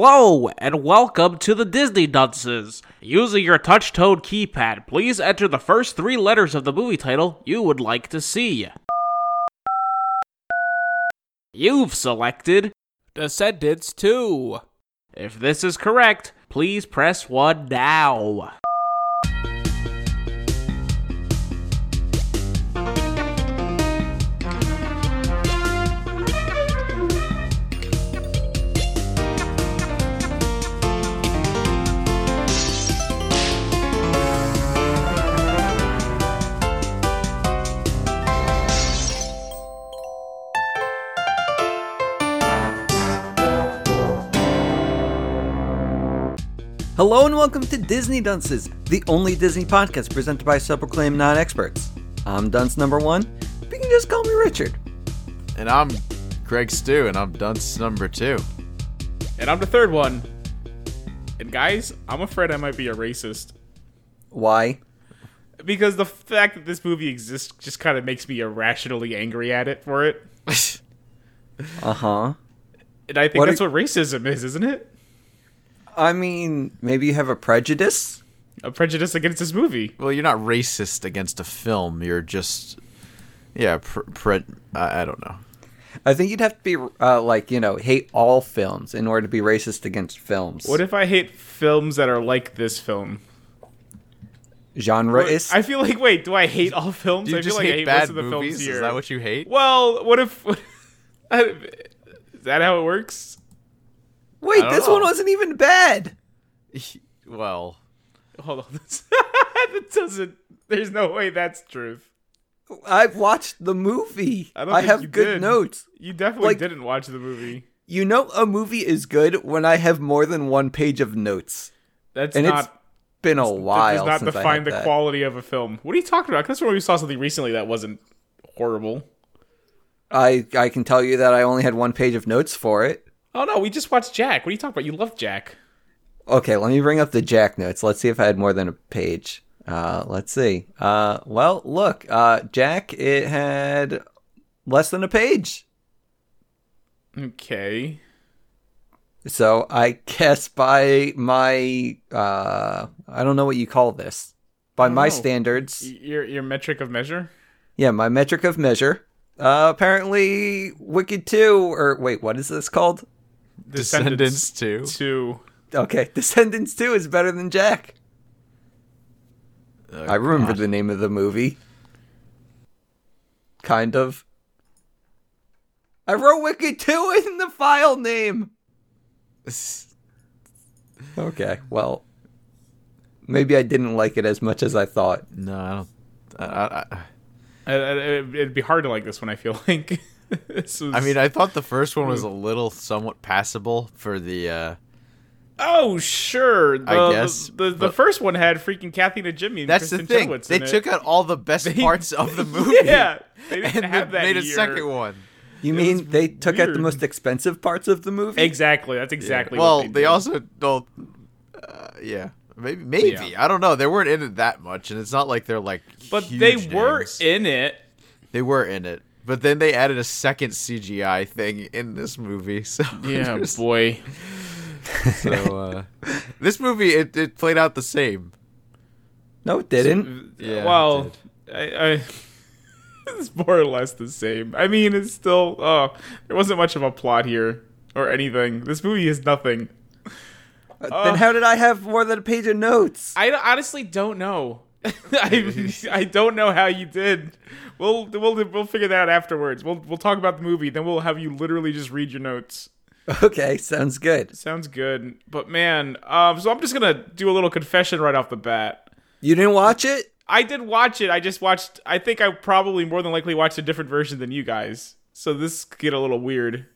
Hello, and welcome to the Disney Dunces. Using your touch tone keypad, please enter the first three letters of the movie title you would like to see. You've selected Descendants 2. If this is correct, please press 1 now. Hello and welcome to Disney Dunces, the only Disney podcast presented by self-proclaimed non-experts. I'm Dunce number one. But you can just call me Richard. And I'm Craig Stew, and I'm dunce number two. And I'm the third one. And guys, I'm afraid I might be a racist. Why? Because the fact that this movie exists just kind of makes me irrationally angry at it for it. Uh huh. And I think What that's are- what racism is, isn't it? I mean, maybe you have a prejudice. A prejudice against this movie. Well, you're not racist against a film. You're just, yeah, pr- pre- I, I don't know. I think you'd have to be uh, like you know hate all films in order to be racist against films. What if I hate films that are like this film? genre is? I feel like, wait, do I hate all Do films? you I feel just like hate, I hate most bad of the movies? films here. Is that what you hate? well, what if. I- is that how it works? Wait, I don't this know. one wasn't even bad. Well, Hold on. that doesn't. There's no way that's truth. I've watched the movie. I don't think have you good did. notes. You definitely Like- didn't watch the movie. You know a movie is good when I have more than one page of notes. That's And not. it's Been a that while does not since I define had the that. quality of a film. What are you talking about? 'Cause That's where we saw something recently that wasn't horrible. I I can tell you that I only had one page of notes for it. Oh no, we just watched Jack. What are you talking about? You love Jack. Okay, let me bring up the Jack notes. Let's see if I had more than a page. Uh, let's see. Uh, well, look, uh, Jack, it had less than a page. Okay. So I guess by my uh, I don't know what you call this. By my know. standards, Y- Your your metric of measure. yeah, my metric of measure. Uh, apparently, Wicked Two, or wait, what is this called? Descendants, too. Two. Okay, Descendants Two is better than Jack. Oh, I remember the name of the movie. Kind of. I wrote Wicked 2 in the file name. Okay, well, maybe I didn't like it as much as I thought. No, I don't. I, I, I- Uh, uh, It'd it'd be hard to like this one. I feel like. This was- I mean, I thought the first one was a little somewhat passable for the. uh oh sure. The, guess, the, the, the but- first one had freaking Kathy and Jimmy. And That's the Kristen thing. Chenoweth They in it. took out all the best parts of the movie. Yeah, they didn't and then have that made a year. second one. You was mean they took out weird. the most expensive parts of the movie? Exactly. That's exactly. Well, what they, did. also don't. Uh, yeah, maybe maybe Yeah. I don't know. They weren't in it that much, and it's not like they're like. But huge they were names. in it. They were in it, but then they added a second CGI thing in this movie. So Yeah, there's- boy. so uh, this movie it, it played out the same. No, it didn't. Yeah, well, it I, I it's more or less the same. I mean, it's still oh, there wasn't much of a plot here or anything. This movie is nothing. Uh, then how did I have more than a page of notes? I honestly don't know. I I don't know how you did. We'll we'll we'll figure that out afterwards. We'll we'll talk about the movie, then we'll have you literally just read your notes. Okay, sounds good. Sounds good. But man, um so I'm just going to do a little confession right off the bat. You didn't watch it? I did watch it. I just watched. I think I probably more than likely watched a different version than you guys. So this could get a little weird.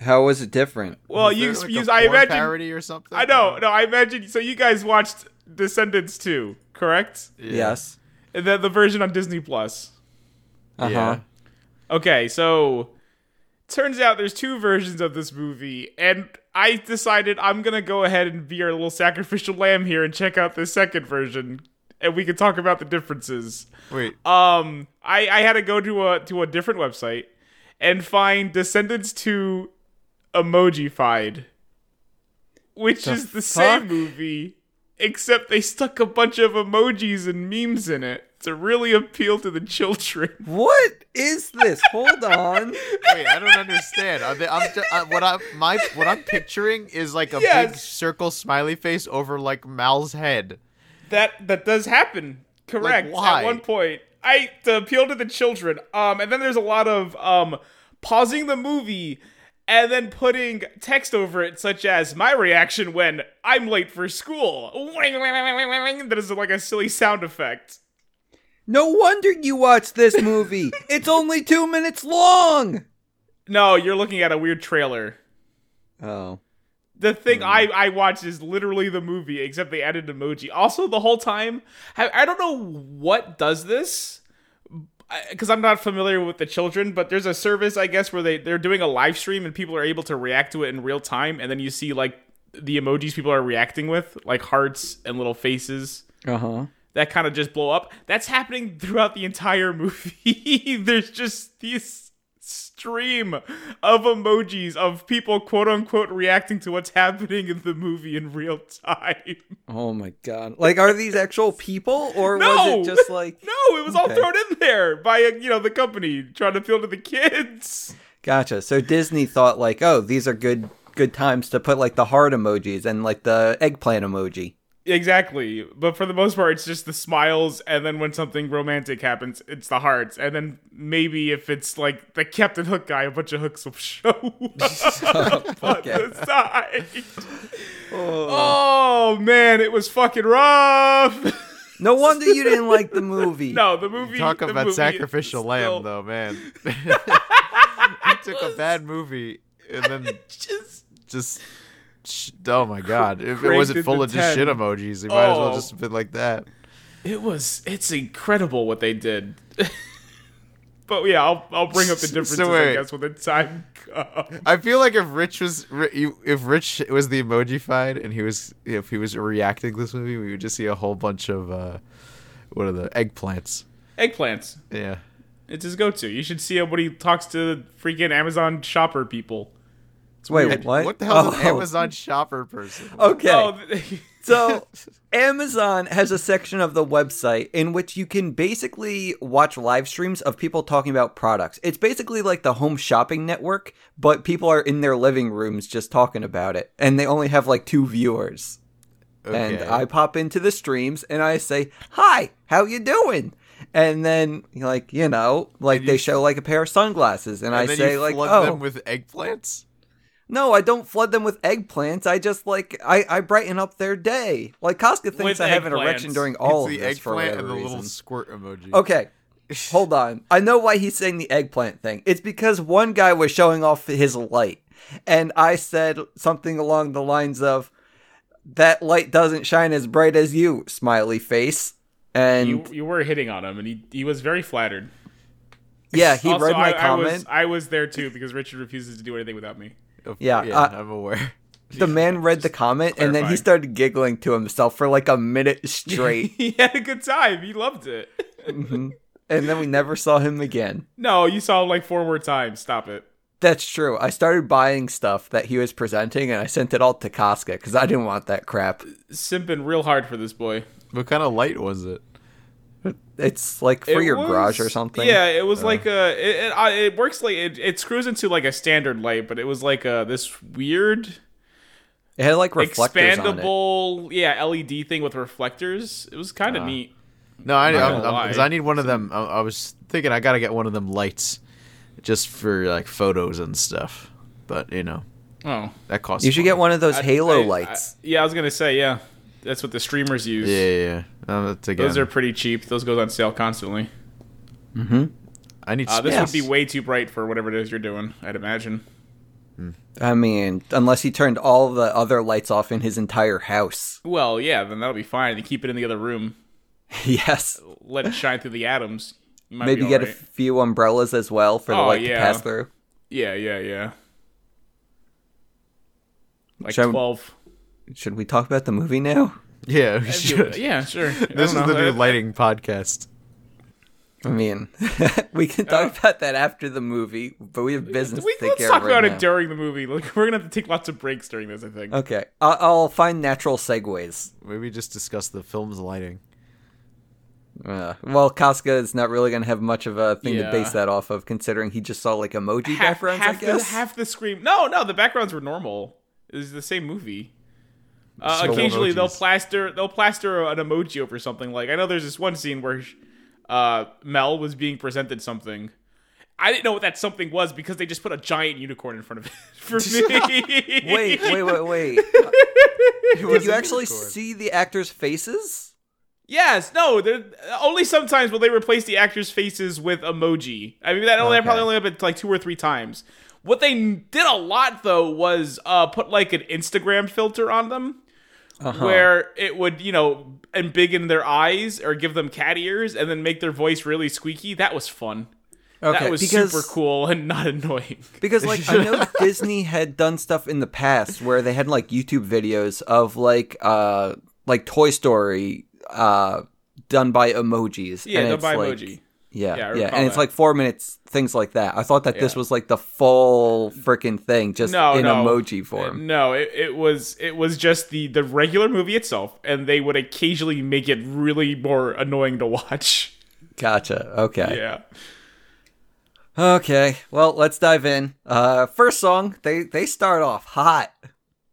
How was it different? Well, Was you there, like, you- a I porn imagine. parody or something. I know. No, I imagine. So you guys watched Descendants too, correct? Yes. And then the version on Disney Plus. Uh huh. Yeah. Okay, so turns out there's two versions of this movie, and I decided I'm gonna go ahead and be our little sacrificial lamb here and check out the second version, and we can talk about the differences. Wait. um I, I had to go to a to a different website and find descendants to emojified which The is fuck? the same movie, except they stuck a bunch of emojis and memes in it to really appeal to the children. What is this? Hold on. Wait, I don't understand. Are they, I'm ju- I, what I my what I'm picturing is like a big Yes. circle smiley face over like Mal's head. That that does happen. Correct. why? At one point, I to appeal to the children. Um, and then there's a lot of um pausing the movie and then putting text over it, such as my reaction when I'm late for school. Wing, wing, wing, wing, wing, wing. That is like a silly sound effect. No wonder you watch this movie. It's only two minutes long. No, you're looking at a weird trailer. Oh. The thing I, I watched is literally the movie, except they added emoji. Also, the whole time, I, I don't know what does this, because I'm not familiar with the children, but there's a service, I guess, where they, they're doing a live stream and people are able to react to it in real time, and then you see, like, the emojis people are reacting with, like hearts and little faces Uh Uh-huh. huh. that kind of just blow up. That's happening throughout the entire movie. There's just this stream of emojis of people quote unquote reacting to what's happening in the movie in real time. Oh my god. Like, are these actual people or No! was it just like? No, it was all Okay. thrown in there by uh, you know the company trying to appeal to the kids. Gotcha. So Disney thought like, oh, these are good good times to put like the heart emojis and like the eggplant emoji. Exactly. But for the most part it's just the smiles and then when something romantic happens, it's the hearts. And then maybe if it's like the Captain Hook guy, a bunch of hooks will show Oh, up on okay. the side. Oh man, it was fucking rough. No wonder you didn't like the movie. no, the movie. Talk the about movie sacrificial is lamb, still though, man. you took a bad movie and then Just just. sh- Oh my god! If it wasn't Cranked full it of to just shit 10. emojis, it might as well Oh. just have been like that. it was. It's incredible what they did. but yeah, I'll I'll bring up the So differences I wait. guess when the time comes. I feel like if Rich was Ri- you- if Rich was the emojified and he was if he was reacting to this movie, we would just see a whole bunch of uh, what are the eggplants? Eggplants. Yeah, It's his go-to. You should see him when he talks to freaking Amazon shopper people. Wait, weird. what? what the hell is Oh. an Amazon shopper person? Okay. Oh, th- So, Amazon has a section of the website in which you can basically watch live streams of people talking about products. It's basically like the home shopping network, but people are in their living rooms just talking about it, and they only have like two viewers. And Okay. I pop into the streams and I say, "Hi, how you doing?" And then like, you know, like they show like a pair of sunglasses and, I and then say you like, flood "Oh, them with eggplants. no, I don't flood them with eggplants. I just like I, I brighten up their day. Like Casca thinks With I have an eggplants. erection during all it's of the this for eggplant whatever and the reason. little squirt emoji. okay, hold on. I know why he's saying the eggplant thing. It's because one guy was showing off his light, and I said something along the lines of, "That light doesn't shine as bright as you." Smiley face. And you, you were hitting on him, and he, he was very flattered. yeah, he also, read my I, comment. I was, I was there too because Richard refuses to do anything without me. Of- yeah, yeah, uh, I'm aware. the man read the comment, and then he clarifying. started giggling to himself for like a minute straight. he had a good time. He loved it. and then we never saw him again. no, you saw him like four more times. Stop it. That's true. I started buying stuff that he was presenting and I sent it all to Casca because I didn't want that crap. Simping real hard for this boy. What kind of light was it? It's like for It your was- garage or something. Uh. Yeah, it was like a. It, it, I- it works like it, it screws into like a standard light, but it was like a this weird It had like reflectors on it. expandable yeah LED thing with reflectors. It was Uh-huh. kind of neat. No, I Not gonna because lie. I need one of them. I, I was thinking I gotta get one of them lights, just for like photos and stuff. But you know Oh, that costs. You should get money. one of those halo I- I- lights. yeah, I was gonna say yeah. That's what the streamers use. Yeah, yeah. yeah. Uh, that's again. Those are pretty cheap. Those goes on sale constantly. I need. Uh, this space. would be way too bright for whatever it is you're doing. I'd imagine. I mean, unless he turned all the other lights off in his entire house. Well, yeah, then that'll be fine. They keep it in the other room. yes. Let it shine through the atoms. You might Maybe be get a alright. few umbrellas as well for the Oh, light to yeah. pass through. yeah, yeah, yeah. Like Shall- twelve. Should we talk about the movie now? Yeah, we should. Yeah, sure. This is the new lighting podcast. I mean, we can talk about that after the movie, but we have business Uh, We, to take let's care talk of right about now. Uh, it during the movie. Like we're gonna have to take lots of breaks during this. I think. okay, I'll, I'll find natural segues. Maybe just discuss the film's lighting. Uh, well, Casca is not really going to have much of a thing Yeah. to base that off of, considering he just saw like emoji half, backgrounds. half I guess. The, half the scream. No, no, the backgrounds were normal. It was the same movie. Uh, Just no occasionally they'll emojis. plaster they'll plaster an emoji over something. Like I know there's this one scene where uh, Mel was being presented something. I didn't know what that something was because they just put a giant unicorn in front of it for me. wait, wait, wait, wait. Did you actually see the actors' faces? Yes, no, there only sometimes will they replace the actors' faces with emoji. I mean that only that probably only happened like two or three times. What they n- did a lot though was uh, put like an Instagram filter on them, Uh-huh. where it would you know embiggen their eyes or give them cat ears and then make their voice really squeaky. That was fun. Okay, that was because super cool and not annoying. Because like I know Disney had done stuff in the past where they had like YouTube videos of like uh like Toy Story uh done by emojis. Yeah, and done it's, by like- emoji. Yeah, Yeah, I yeah, recall and it's that. like four minutes, things like that. I thought that this was like the full freaking thing, just No, in no. Uh, emoji form. No, it, it was it was just the the regular movie itself, and they would occasionally make it really more annoying to watch. Gotcha. Okay. Yeah. Okay. Well, let's dive in. Uh, first song, they they start off hot.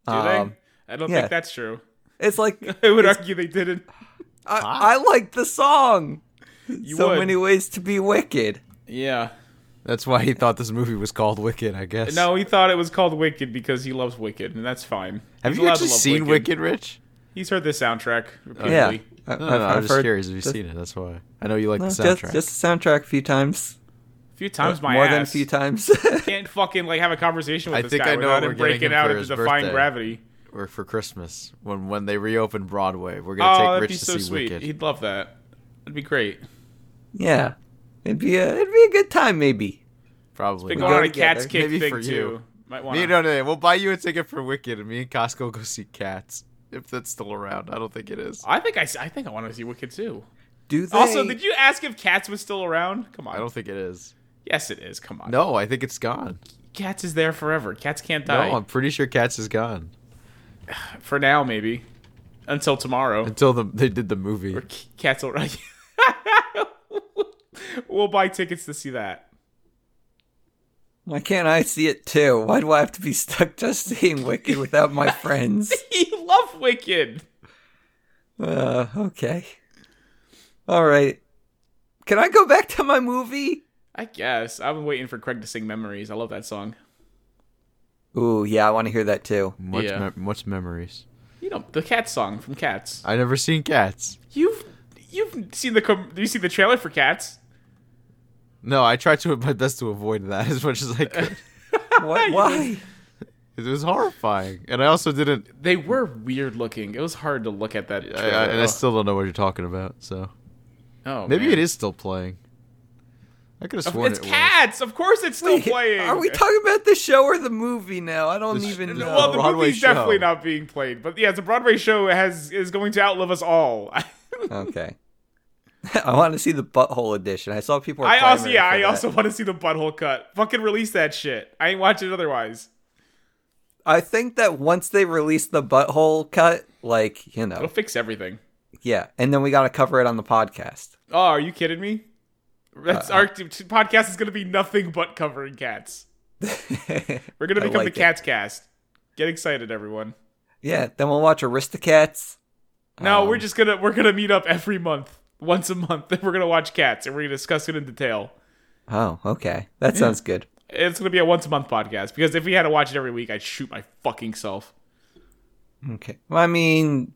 Do Um, they? I don't yeah. think that's true. It's like I would argue they didn't. I, I like the song. so would. many ways to be wicked. Yeah. That's why he thought this movie was called Wicked, I guess. No, he thought it was called Wicked because he loves Wicked, and that's fine. Have He's you allowed to actually love seen Wicked, Rich? He's heard this soundtrack repeatedly. Yeah. I- No, I've- no, no, I'm I've just heard curious if you've just- seen it. That's why. I know you like no, the just, soundtrack. just the soundtrack a few times. A few Uh, times my More ass. than a few times. Can't fucking like have a conversation with I this think guy I know without what we're him getting breaking him out for into his defying birthday. gravity. or for Christmas when when they reopen Broadway. We're gonna Oh, take that'd Rich be to so see sweet. Wicked. He'd love that. That'd be great. yeah. It'd be a it'd be a good time maybe. Probably. Been not. going on a together. cat's kick Maybe thing for too. you. Might want Me, no, no, no, we'll buy you a ticket for Wicked, and me and Costco go see Cats if that's still around. I don't think it is. I think I, s- I think I want to see Wicked too. Do they Also, did you ask if Cats was still around? Come on. I don't think it is. yes, it is. Come on. No, I think it's gone. Cats is there forever. Cats can't No, die. I'm pretty sure Cats is gone For now, maybe. Until tomorrow. until the, they did the movie. Or c- Cats will. we'll buy tickets to see that. Why can't I see it too? Why do I have to be stuck just seeing Wicked without my friends? He love Wicked. Uh, okay. All right. Can I go back to my movie? I guess. I've been waiting for Craig to sing Memories. I love that song. Ooh, yeah, I want to hear that too. Much, Yeah. mem- much memories. You know the Cats song from Cats. I never seen Cats. You've you've seen the com- you see the trailer for Cats. No, I tried to my best to avoid that as much as I could. What? Why? it was horrifying, and I also didn't. They were weird looking. It was hard to look at that. I, Trailer. I, and I still don't know what you're talking about. So oh, Oh. maybe man. it is still playing. I could have Of- sworn It's it was. cats. Of course, it's still Wait, playing. Are we talking about the show or the movie now? I don't The sh- even know. No, Well, the Broadway movie's show. definitely not being played, but yeah, the Broadway show has is going to outlive us all. okay. I want to see the butthole edition. I saw people. Were I also, clamoring yeah, for I that. also want to see the butthole cut. Fucking release that shit. I ain't watching it otherwise. I think that once they release the butthole cut, like you It'll know, fix everything. yeah, and then we got to cover it on the podcast. Oh, are you kidding me? Uh-uh. That's our t- t- podcast is going to be nothing but covering cats. We're going to I become like the it. Cats Cast. Get excited, everyone! Yeah, then we'll watch Aristocats. No, Um, we're just gonna we're gonna meet up every month, once a month, and we're gonna watch Cats and we're gonna discuss it in detail. Oh, okay, that sounds good. It's gonna be a once a month podcast because if we had to watch it every week, I'd shoot my fucking self. Okay, well, I mean,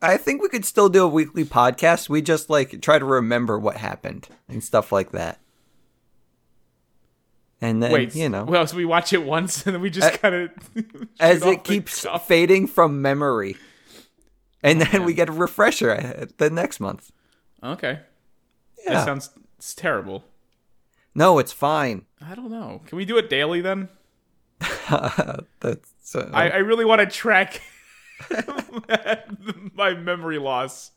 I think we could still do a weekly podcast. We just like try to remember what happened and stuff like that. And then Wait, you know, Well, so we watch it once and then we just Uh, kind of as it keeps fading from memory. And Oh, then we get a refresher uh, the next month. Okay, Yeah. that sounds it's terrible. no, it's fine. I don't know. Can we do it daily then? That's, uh, I, I really want to track my memory loss.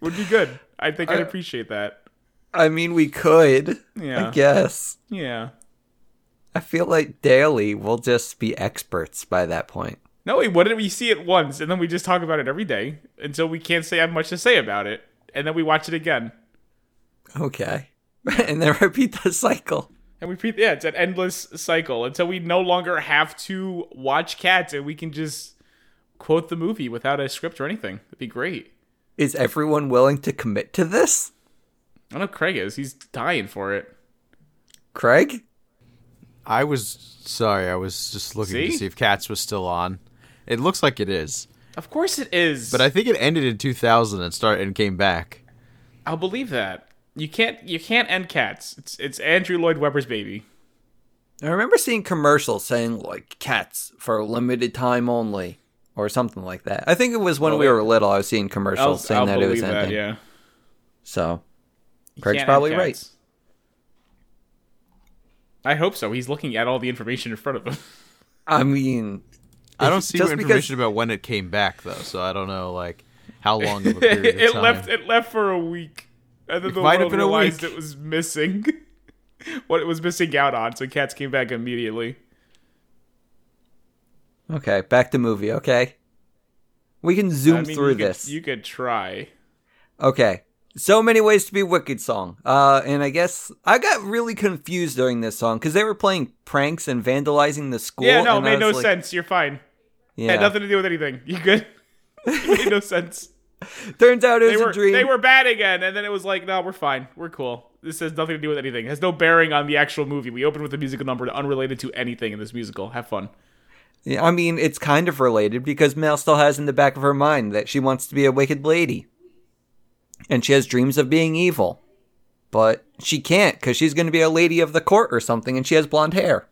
Would be good. I think I'd appreciate that. I mean, we could. Yeah. I guess. Yeah. I feel like daily we'll just be experts by that point. No, wait, what did we see it once and then we just talk about it every day until we can't say I have much to say about it. And then we watch it again. Okay. and then repeat the cycle. And we repeat yeah, it's an endless cycle until we no longer have to watch cats and we can just quote the movie without a script or anything. It'd be great. Is everyone willing to commit to this? I don't know Craig is. He's dying for it. Craig? I was sorry. I was just looking See? to see if Cats was still on. It looks like it is, Of course it is. but I think it ended in 2000 and started and came back. I'll believe that. You can't you can't end cats. It's it's Andrew Lloyd Webber's baby. I remember seeing commercials saying like cats for a limited time only or something like that. I think it was when we yeah. were little I was seeing I'll, commercials saying I'll that it was believe that, ending. yeah. So Craig's Can't probably end right. cats. I hope so. He's looking at all the information in front of him. I mean I don't It's see just information because- about when it came back though, so I don't know like how long of a period of it time. left it left for a week. And then the might have world been a realized week. it was missing what it was missing out on, so cats came back immediately. Okay, back to movie, okay? We can zoom I mean, through you could- this. you could try. Okay. So many ways to be wicked song. Uh and I guess I got really confused during this song cuz they were playing pranks and vandalizing the school Yeah, no, it and I made no was like- sense. You're fine. Yeah. Had nothing to do with anything. You good? it made no sense. Turns out it They was were a dream. they were bad again, and then it was like, no, we're fine. We're cool. This has nothing to do with anything. It has no bearing on the actual movie. We opened with a musical number unrelated to anything in this musical. Have fun. Yeah, I mean, it's kind of related because Mel still has in the back of her mind that she wants to be a wicked lady. And she has dreams of being evil. But she can't because she's going to be a lady of the court or something and she has blonde hair.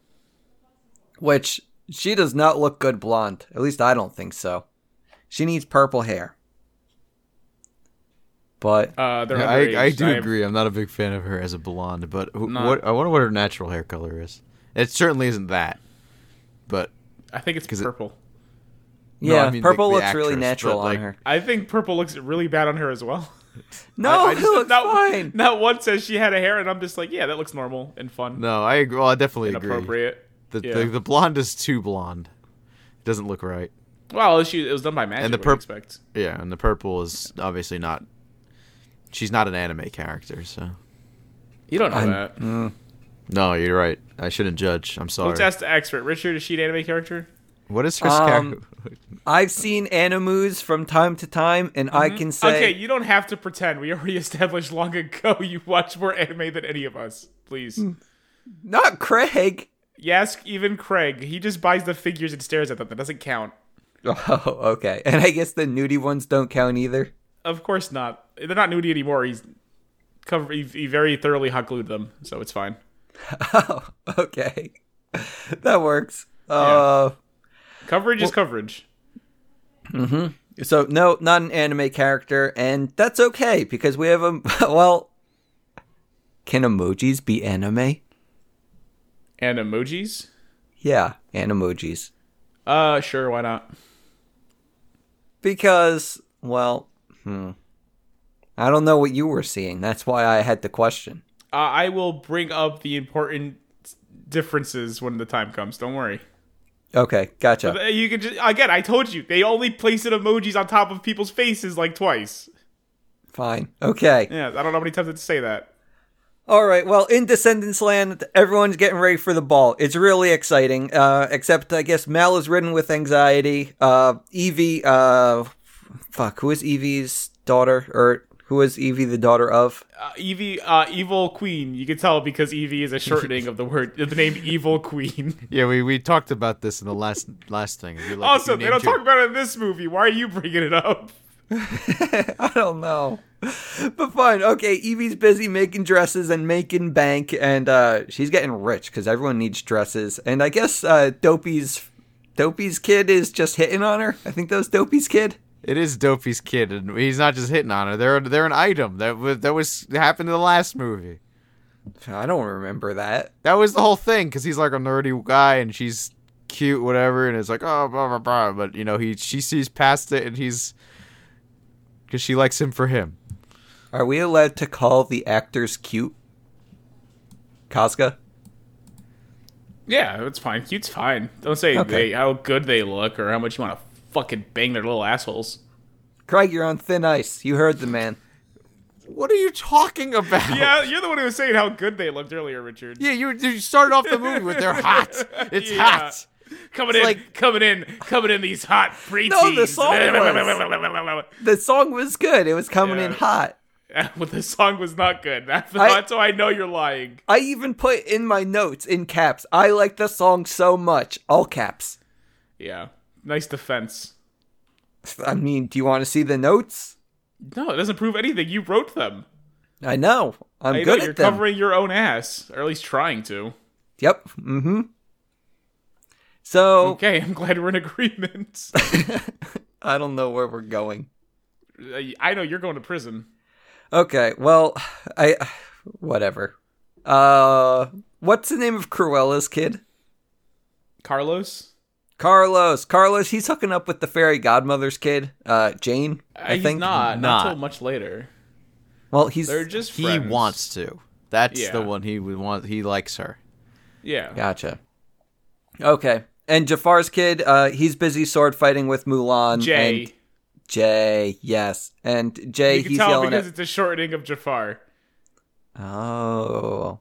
Which she does not look good blonde. At least I don't think so. She needs purple hair. But Uh, they're Yeah, I, I underage. do I'm- agree. I'm not a big fan of her as a blonde, but wh- Not- what I wonder what her natural hair color is. It certainly isn't that, but I think it's 'Cause it- purple. no, yeah, I mean the- purple the looks really actress, natural but, on like, her. I think purple looks really bad on her as well. No, I it just- looks not, fine. not one says she had a hair, and I'm just like, yeah, that looks normal and fun, no, I agree. Well, I definitely and agree. appropriate. The, yeah. the the blonde is too blonde. It doesn't look right. Well, she, it was done by magic. And the what do you purp- expect. Yeah, and the purple is obviously not. She's not an anime character, so You don't know I'm- that. no, you're right. I shouldn't judge. I'm sorry. Let's ask the expert. Richard, is she an anime character? What is her Um, scar- I've seen animus from time to time, and I Mm-hmm. can say okay, you don't have to pretend. We already established long ago you watch more anime than any of us. Please. not Craig. You ask even Craig. He just buys the figures and stares at them. That doesn't count. Oh, okay. And I guess the nudie ones don't count either. Of course not. They're not nudie anymore. He's cover. He, he very thoroughly hot glued them, so it's fine. Oh, okay. That works. Uh, Coverage is coverage. so no, not an anime character, and that's okay because we have a well. Can emojis be anime? And emojis. Yeah, animojis. Uh, sure. Why not? Because well, hmm. I don't know what you were seeing. That's why I had the question. Uh, I will bring up the important differences when the time comes. Don't worry. Okay, gotcha. Uh, You can just again. I told you they only placed emojis on top of people's faces like twice. Fine. Okay. Yeah, I don't know how many times I have to say that. All right. Well, in Descendants Land, everyone's getting ready for the ball. It's really exciting. Uh, except I guess Mal is ridden with anxiety. Uh, Evie, uh, fuck, who is Evie's daughter, or who is Evie the daughter of? Uh, Evie, uh, evil queen. You can tell because Evie is a shortening of the word, of the name evil queen. Yeah, we, we talked about this in the last last thing. You're like, also, you they named don't your- talk about it in this movie. Why are you bringing it up? I don't know. But fine. Okay, Evie's busy making dresses and making bank, and uh, she's getting rich because everyone needs dresses. And I guess uh, Dopey's Dopey's kid is just hitting on her. I think that was Dopey's kid. It is Dopey's kid, and he's not just hitting on her. They're they're an item that was that was happened in the last movie. I don't remember that. That was the whole thing because he's like a nerdy guy, and she's cute, whatever, and it's like oh blah blah blah. But you know he she sees past it, and he's because she likes him for him. Are we allowed to call the actors cute? Casca? Yeah, it's fine. Cute's fine. Don't say Okay. they, how good they look or how much you want to fucking bang their little assholes. Craig, you're on thin ice. You heard the man. What are you talking about? Yeah, you're the one who was saying how good they looked earlier, Richard. Yeah, you, you started off the movie with they're hot. It's Yeah. hot. Coming It's in, like- coming in, coming in these hot preteens. No, the song was. The song was good. It was coming in Yeah. hot. well, the song was not good. That's, I- that's how I know you're lying. I even put in my notes in caps. I like the song so much. All caps. Yeah. Nice defense. I mean, do you want to see the notes? No, it doesn't prove anything. You wrote them. I know. I'm I know, good you're at them. covering your own ass, or at least trying to. Yep. Mm-hmm. So Okay, I'm glad we're in agreement. I don't know where we're going. I know you're going to prison. Okay. Well, I whatever. Uh, what's the name of Cruella's kid? Carlos? Carlos. Carlos. He's hooking up with the fairy godmother's kid, uh, Jane. I he's think not. not. Not until much later. Well, he's They're just He friends. wants to. That's Yeah. the one he would want. He likes her. Yeah. gotcha. Okay. And Jafar's kid. Uh, he's busy sword fighting with Mulan. Jay. and Jay. Yes. And Jay. you can he's tell yelling because at. it's a shortening of Jafar. Oh.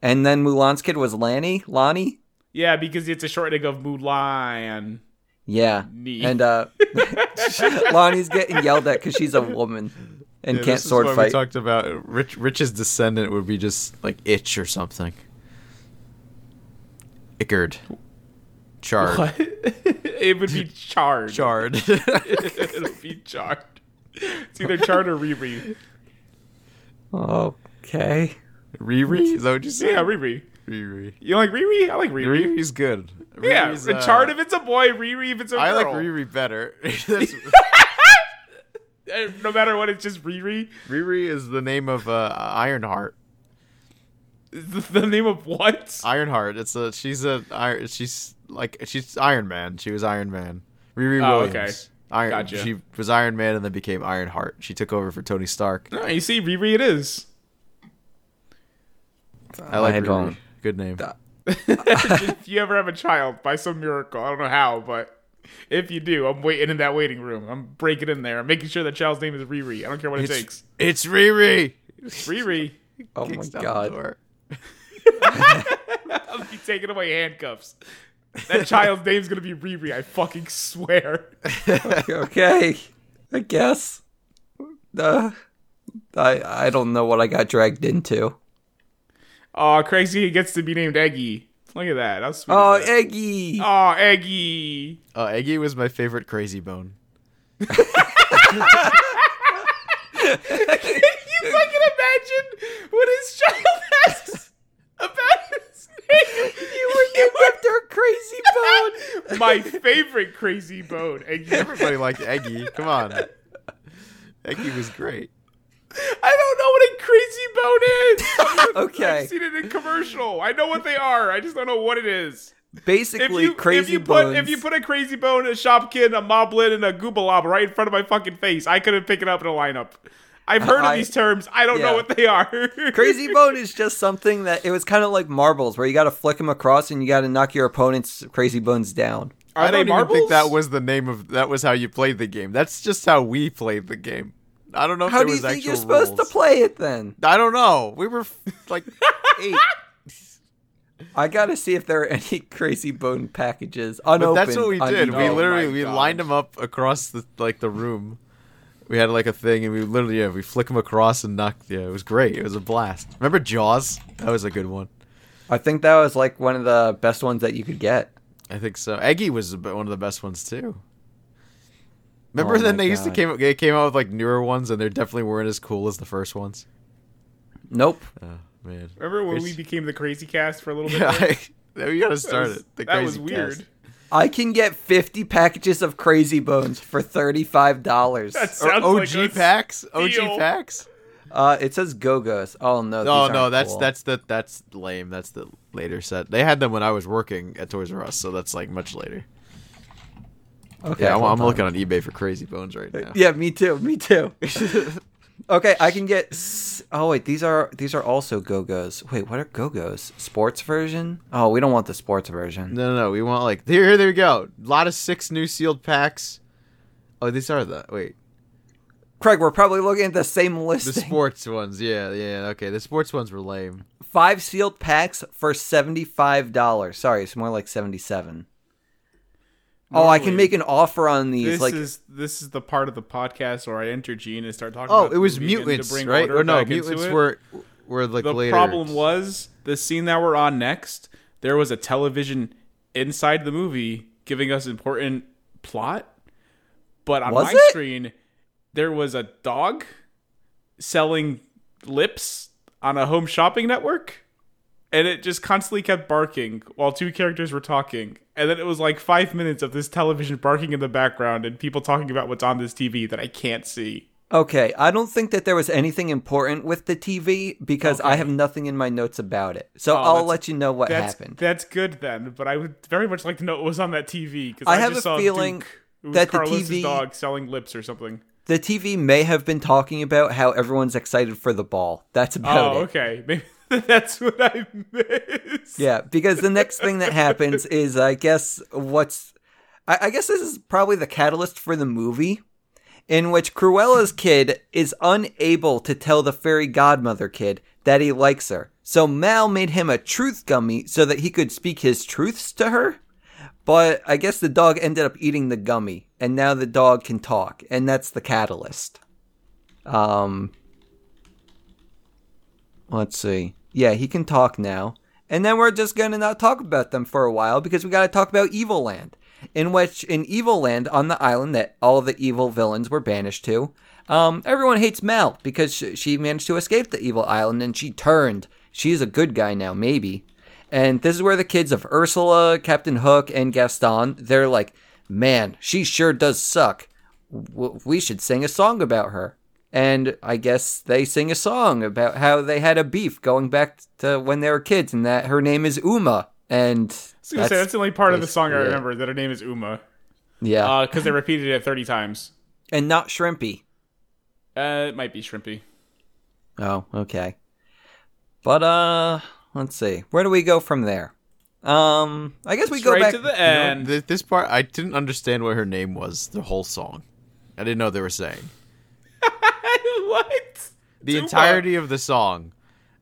And then Mulan's kid was Lanny. Lonnie. Yeah, because it's a shortening of Mulan. Yeah. Knee. And uh Lonnie's getting yelled at because she's a woman and Yeah, can't this is sword why We fight. talked about uh, Rich. Rich's descendant would be just like itch or something. Ickard. Chard. What? it would be charred. Chard. It'll be charred. It's either charred or Riri. okay. Riri? Is that what you said? Yeah, Riri. Riri. You like Riri? I like Riri. Riri's good. Yeah, Riri's, the uh, chart if it's a boy, Riri if it's a girl. I like Riri better. That's- Eh, No matter what, it's just Riri. Riri is the name of uh, Ironheart. The, the name of what? Ironheart. It's a she's a ir- she's like she's Iron Man. She was Iron Man. Riri Oh, Williams. okay. Iron, Gotcha. She was Iron Man and then became Ironheart. She took over for Tony Stark. No, you see, Riri it is. Oh, I like I Riri. don't- Good name. if you ever have a child by some miracle, I don't know how, but if you do, I'm waiting in that waiting room. I'm breaking in there. I'm making sure that child's name is Riri. I don't care what it takes. It's, it's Riri. Riri. Oh my Kicks down the god. door. I'll be taking away handcuffs. That child's name's gonna be Riri, I fucking swear. okay. I guess. Uh, I I don't know what I got dragged into. Aw, Crazy gets to be named Eggy. Look at that. How sweet. Oh, is that? Eggy. Aw, Eggy. Uh, Eggy was my favorite crazy bone. Can you fucking imagine what his child has about his name? You You whipped her crazy bone. were my favorite crazy bone, Eggy. Everybody liked Eggy. Come on. Eggy was great. I don't know what a crazy bone is. Okay. I've seen it in commercial. I know what they are. I just don't know what it is. If Basically, you crazy if you put bones. if you put a crazy bone, a shopkin, a moblin, and a goobalab right in front of my fucking face, I couldn't pick it up in a lineup. I've heard I- of these terms. I don't yeah. know what they are. Crazy bone is just something that it was kind of like marbles, where you got to flick them across and you got to knock your opponent's crazy bones down. Are I they don't even think marbles? that was the name of that was how you played the game. That's just how we played the game. I don't know if How there do you was think you're actual supposed to rules. play it then? I don't know. We were like eight. I gotta see if there are any crazy bone packages But unopened. that's what we on did. eBay. We Oh my literally we God. lined them up across the like the room. We had like a thing, and we literally yeah we flick them across and knock. Yeah, it was great. It was a blast. Remember Jaws? That was a good one. I think that was like one of the best ones that you could get. I think so. Eggy was a bit- one of the best ones too. Remember Oh then my they used to God. came they came out with like newer ones, and they definitely weren't as cool as the first ones. Nope. Oh, man, Remember when we It's- became the crazy cast for a little bit? Yeah, there? I, we gotta That start was, it. The that was crazy weird. cast. I can get 50 packages of crazy bones for $35. That Or sounds OG like a packs? steal. OG packs? Uh, it says Go-Go's. Oh, no. No, these no, aren't that's cool. that's the that's lame. That's the later set. They had them when I was working at Toys R Us, so that's like much later. Okay, Yeah, I'm, hold I'm looking on eBay for Crazy Bones right now. Yeah, me too. Me too. Okay, I can get. s- Oh wait, these are these are also go-go's. Wait, what are go-go's? Sports version? Oh, we don't want the sports version. No, no, no. We want like here. There we go. A lot of six new sealed packs. Oh, these are the wait Craig, we're probably looking at the same the list. sports ones. Yeah, yeah. Okay, the sports ones were lame. Five sealed packs for seventy-five dollars. Sorry, it's more like seventy-seven. Oh, I can Normally- make an offer on these. This like, is this is the part of the podcast where I enter Gene and start talking. Oh, about it was the movie again to mutants, bring right? order Or no, back into mutants it. were were like the later. problem was the scene that we're on next. There was a television inside the movie giving us important plot, but on Was my it? screen there was a dog selling lips on a home shopping network, and it just constantly kept barking while two characters were talking. And then it was like five minutes of this television barking in the background and people talking about what's on this TV that I can't see. okay, I don't think that there was anything important with the TV because I have nothing in my notes about it. So I'll Oh, that's- let you know what That's happened. that's good then, but I would very much like to know what was on that TV because I I, have just a saw feeling Duke, who was that the Carlos's TV dog selling lips or something. The TV may have been talking about how everyone's excited for the ball. That's about oh, it. okay, maybe that's what I missed. Yeah, because the next thing that happens is, I guess, what's. I, I guess this is probably the catalyst for the movie, in which Cruella's kid is unable to tell the fairy godmother kid that he likes her. So Mal made him a truth gummy so that he could speak his truths to her. But I guess the dog ended up eating the gummy, and now the dog can talk, and that's the catalyst. Um, let's see. Yeah, he can talk now. And then we're just going to not talk about them for a while because we got to talk about Evil Land, in which in Evil Land on the island that all the evil villains were banished to, um, everyone hates Mal because she, she managed to escape the evil island and she turned. She's a good guy now, maybe. And this is where the kids of Ursula, Captain Hook, and Gaston, they're like, man, she sure does suck. W- We should sing a song about her. And I guess they sing a song about how they had a beef going back to when they were kids and that her name is Uma. And I was gonna say that's the only part of the song I basically it. remember that her name is Uma yeah. because they repeated it thirty times. and not Shrimpy. Uh, it might be Shrimpy. Oh, okay. But uh let's see. Where do we go from there? Um I guess we go Straight back to the You know, end. th- this part I didn't understand what her name was. The whole song, I didn't know what they were saying what? the Uma. entirety of the song.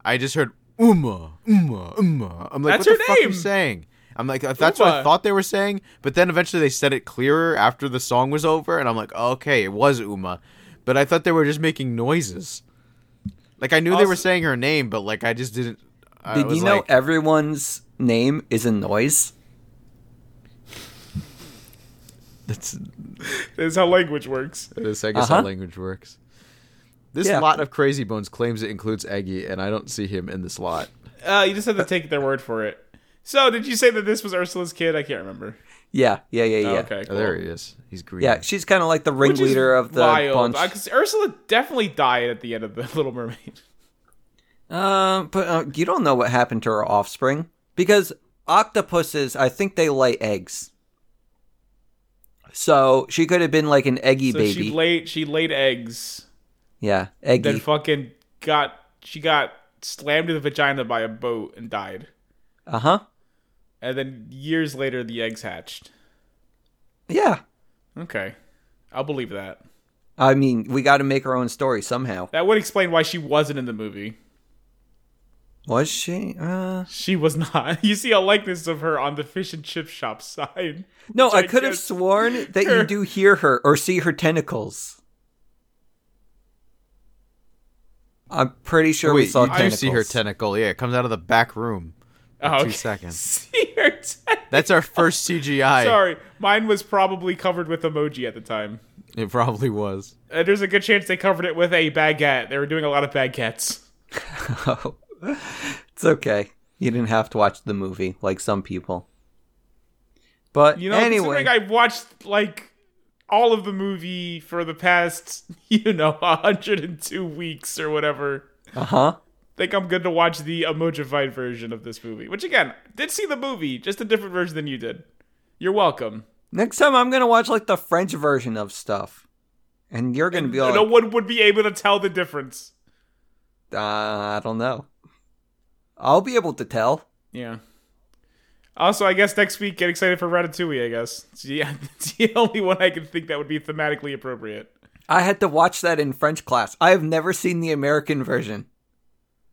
I just heard Uma, Uma, Uma. I'm like, That's what her the fuck are you name. saying? I'm like, that's what I Uma. thought they were saying. But then eventually they said it clearer after the song was over, and I'm like, okay, it was Uma. But I thought they were just making noises. Like I knew they Also- were saying her name, but like I just didn't. I Did was you know E- like- everyone's name is a noise? that's This is how language works. It is, I guess, how Uh-huh. language works. This Yeah. lot of Crazy Bones claims it includes Eggy, and I don't see him in this lot. Uh, you just have to take their word for it. So, did you say that this was Ursula's kid? I can't remember. Yeah, yeah, yeah, yeah. Oh, okay, Oh, cool. there he is. He's green. Yeah, she's kind of like the Which is ringleader of the wild, bunch. Because Ursula definitely died at the end of the Little Mermaid. Um, but uh, you don't know what happened to her offspring because octopuses, I think they lay eggs. So she could have been like an eggy So baby. she laid she laid eggs, yeah, eggy. then fucking got she got slammed in the vagina by a boat and died. uh huh. And then years later the eggs hatched. Yeah. Okay. I'll believe that. I mean, we got to make our own story somehow. That would explain why she wasn't in the movie. Was she? Uh, She was not. You see a likeness of her on the fish and chip shop sign. no, Which I could have guess- sworn that you Her- do hear her or see her tentacles. I'm pretty sure we Wait, saw you do tentacles. see her tentacle. Yeah, it comes out of the back room. Oh, Two okay. seconds. See her tent- That's our first CGI. Sorry, mine was probably covered with emoji at the time. It probably was. Uh, there's a good chance they covered it with a baguette. They were doing a lot of baguettes. Oh, it's okay. You didn't have to watch the movie like some people. But You know, anyway, considering I've watched like all of the movie for the past, you know, 102 weeks or whatever. uh huh. think I'm good to watch the emojified version of this movie, which again, did see the movie, just a different version than you did. You're welcome. Next time I'm gonna watch like the French version of stuff. and you're gonna be like, no one would be able to tell the difference. uh, I don't know. I'll be able to tell. Yeah. Also, I guess next week get excited for Ratatouille. I guess it's the, it's the only one I can think that would be thematically appropriate. I had to watch that in French class. I have never seen the American version,